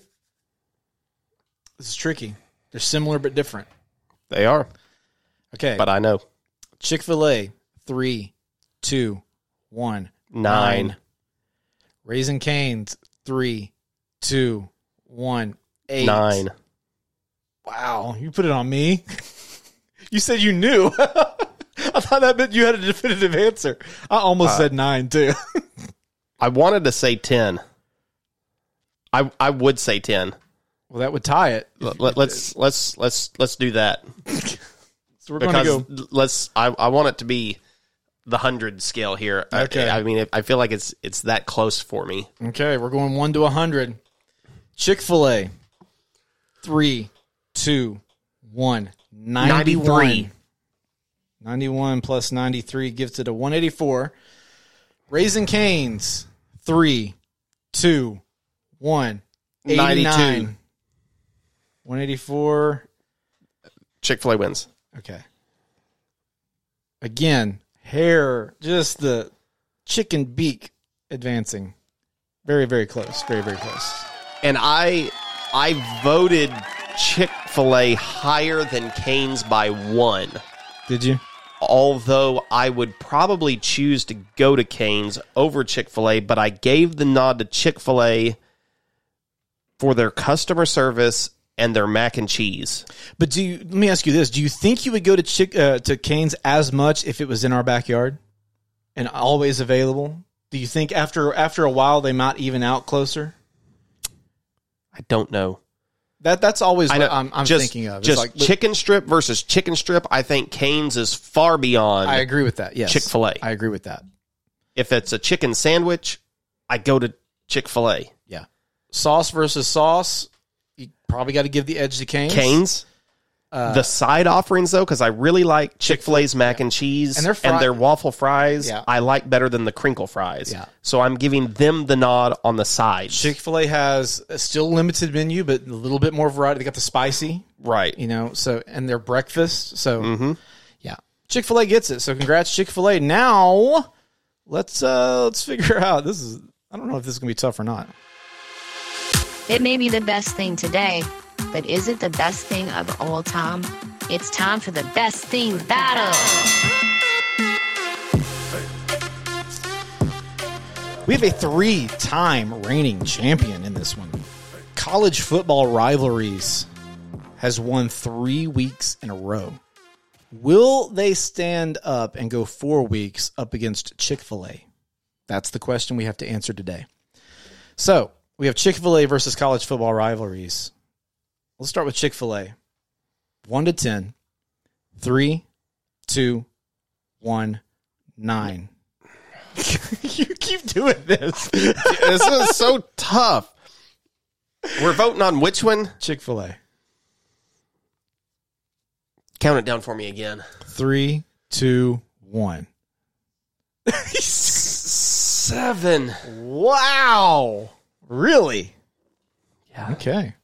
This is tricky. They're similar but different. They are. Okay. But I know. Chick fil A, three, two, one, Nine. Raisin Canes, three, two, one, eight. Nine. Wow. You put it on me. you said you knew. I thought that meant you had a definitive answer. I Uh, almost said nine too. I wanted to say 10. I I would say 10. well, that would tie it. Let, let- let's let's let's let's do that. So we're going to because go. let's I, I want it to be the hundred scale here. I- Okay. I, mean, I feel like it's it's that close for me. Okay, we're going one to a hundred. Chick fil A. Three, two, one. 91. 93. 91 plus 93 gives it a 184. Raisin Canes. Three, two, one. 89. 92. 184. Chick Fil A wins. Okay. Again, hair, just the chicken beak advancing. Very, very close. Very, very close. and I I voted Chick Fil A higher than Canes by one. Did you? Although I would probably choose to go to Canes over Chick Fil A, but I gave the nod to Chick Fil A for their customer service and their mac and cheese. But do you, let me ask you this: Do you think you would go to Chick uh, to Canes as much if it was in our backyard and always available? Do you think after after a while they might even out closer? I don't know. That that's always I what know. I'm, I'm just, thinking of. It's just like, chicken strip versus chicken strip. I think Canes is far beyond. I agree with that. Yes, Chick-fil-A. I agree with that. if it's a chicken sandwich, I go to Chick Fil A. Yeah, sauce versus sauce. You probably got to give the edge to Canes. Canes. Uh, the side offerings though, because I really like Chick Fil A's mac and cheese And their fri- waffle fries. Yeah. I like better than the crinkle fries. Yeah. So I'm giving them the nod on the sides. Chick Fil A has a still limited menu, but a little bit more variety. They got the spicy, right. you know. So and their breakfast. So yeah, Chick Fil A gets it. So congrats, Chick Fil A. Now let's uh let's figure out this is. I don't know if this is gonna be tough or not. It may be the best thing today, but is it the best thing of all time? It's time for the best thing battle. We have a three-time reigning champion in this one. College football rivalries has won three weeks in a row. Will they stand up and go four weeks up against Chick Fil A? That's the question we have to answer today. So we have Chick Fil A versus college football rivalries. Let's start with Chick Fil A. One to ten. Three, two, one, nine. you keep doing this. this is so tough. We're voting on which one? Chick fil A. Count it down for me again. Three, two, one. Seven. Wow. Really? Yeah. Okay.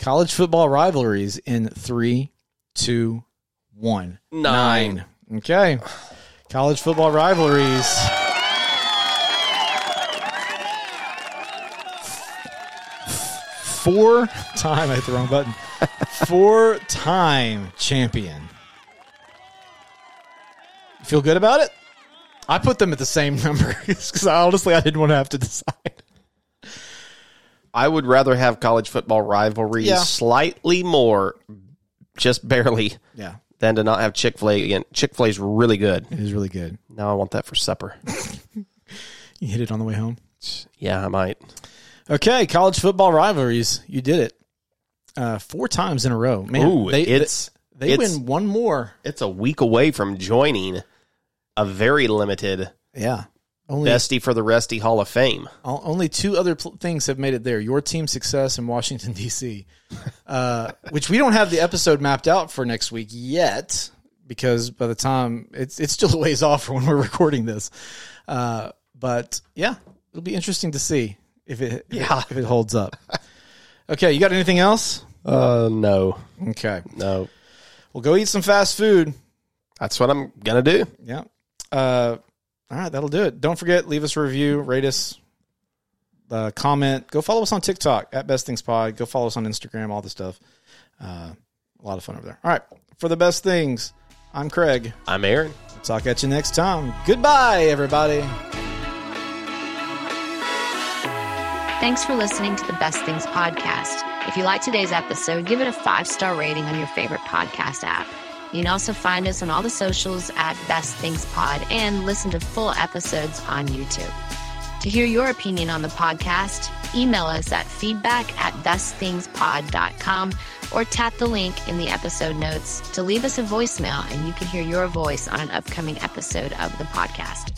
College football rivalries in three, two, one. Nine. Nine. Okay. College football rivalries. Four time, I hit the wrong button. Four time champion. You feel good about it? I put them at the same number because honestly, I didn't want to have to decide. I would rather have college football rivalries Yeah. slightly more, just barely, Yeah, than to not have Chick Fil A again. Chick Fil A's really good. it is really good. Now I want that for supper. You hit it on the way home. yeah, I might. Okay, college football rivalries. You did it uh, four times in a row. Man, Ooh, they, it's they, they it's- win one more. it's a week away from joining a very limited Yeah, only bestie for the resty Hall of Fame. o- only two other pl- things have made it there. Your team success in Washington D.C., uh, which we don't have the episode mapped out for next week yet because by the time it's it's still a ways off for when we're recording this. Uh, but yeah, it'll be interesting to see if it Yeah. if it holds up. Okay, you got anything else? Uh, no, Okay. no, Well, go eat some fast food. that's what I'm gonna do. Yeah. Uh, all right, that'll do it. Don't forget, leave us a review, rate us, uh, comment. Go follow us on TikTok at Best Things Pod. Go follow us on Instagram, all this stuff. Uh, a lot of fun over there. All right, for the best things, I'm Craig. I'm Aaron. Talk at you next time. Goodbye, everybody. Thanks for listening to the Best Things podcast. If you like today's episode, give it a five star rating on your favorite podcast app. You can also find us on all the socials at Best Things Pod and listen to full episodes on YouTube. To hear your opinion on the podcast, email us at feedback at bestthingspod.com or tap the link in the episode notes to leave us a voicemail and you can hear your voice on an upcoming episode of the podcast.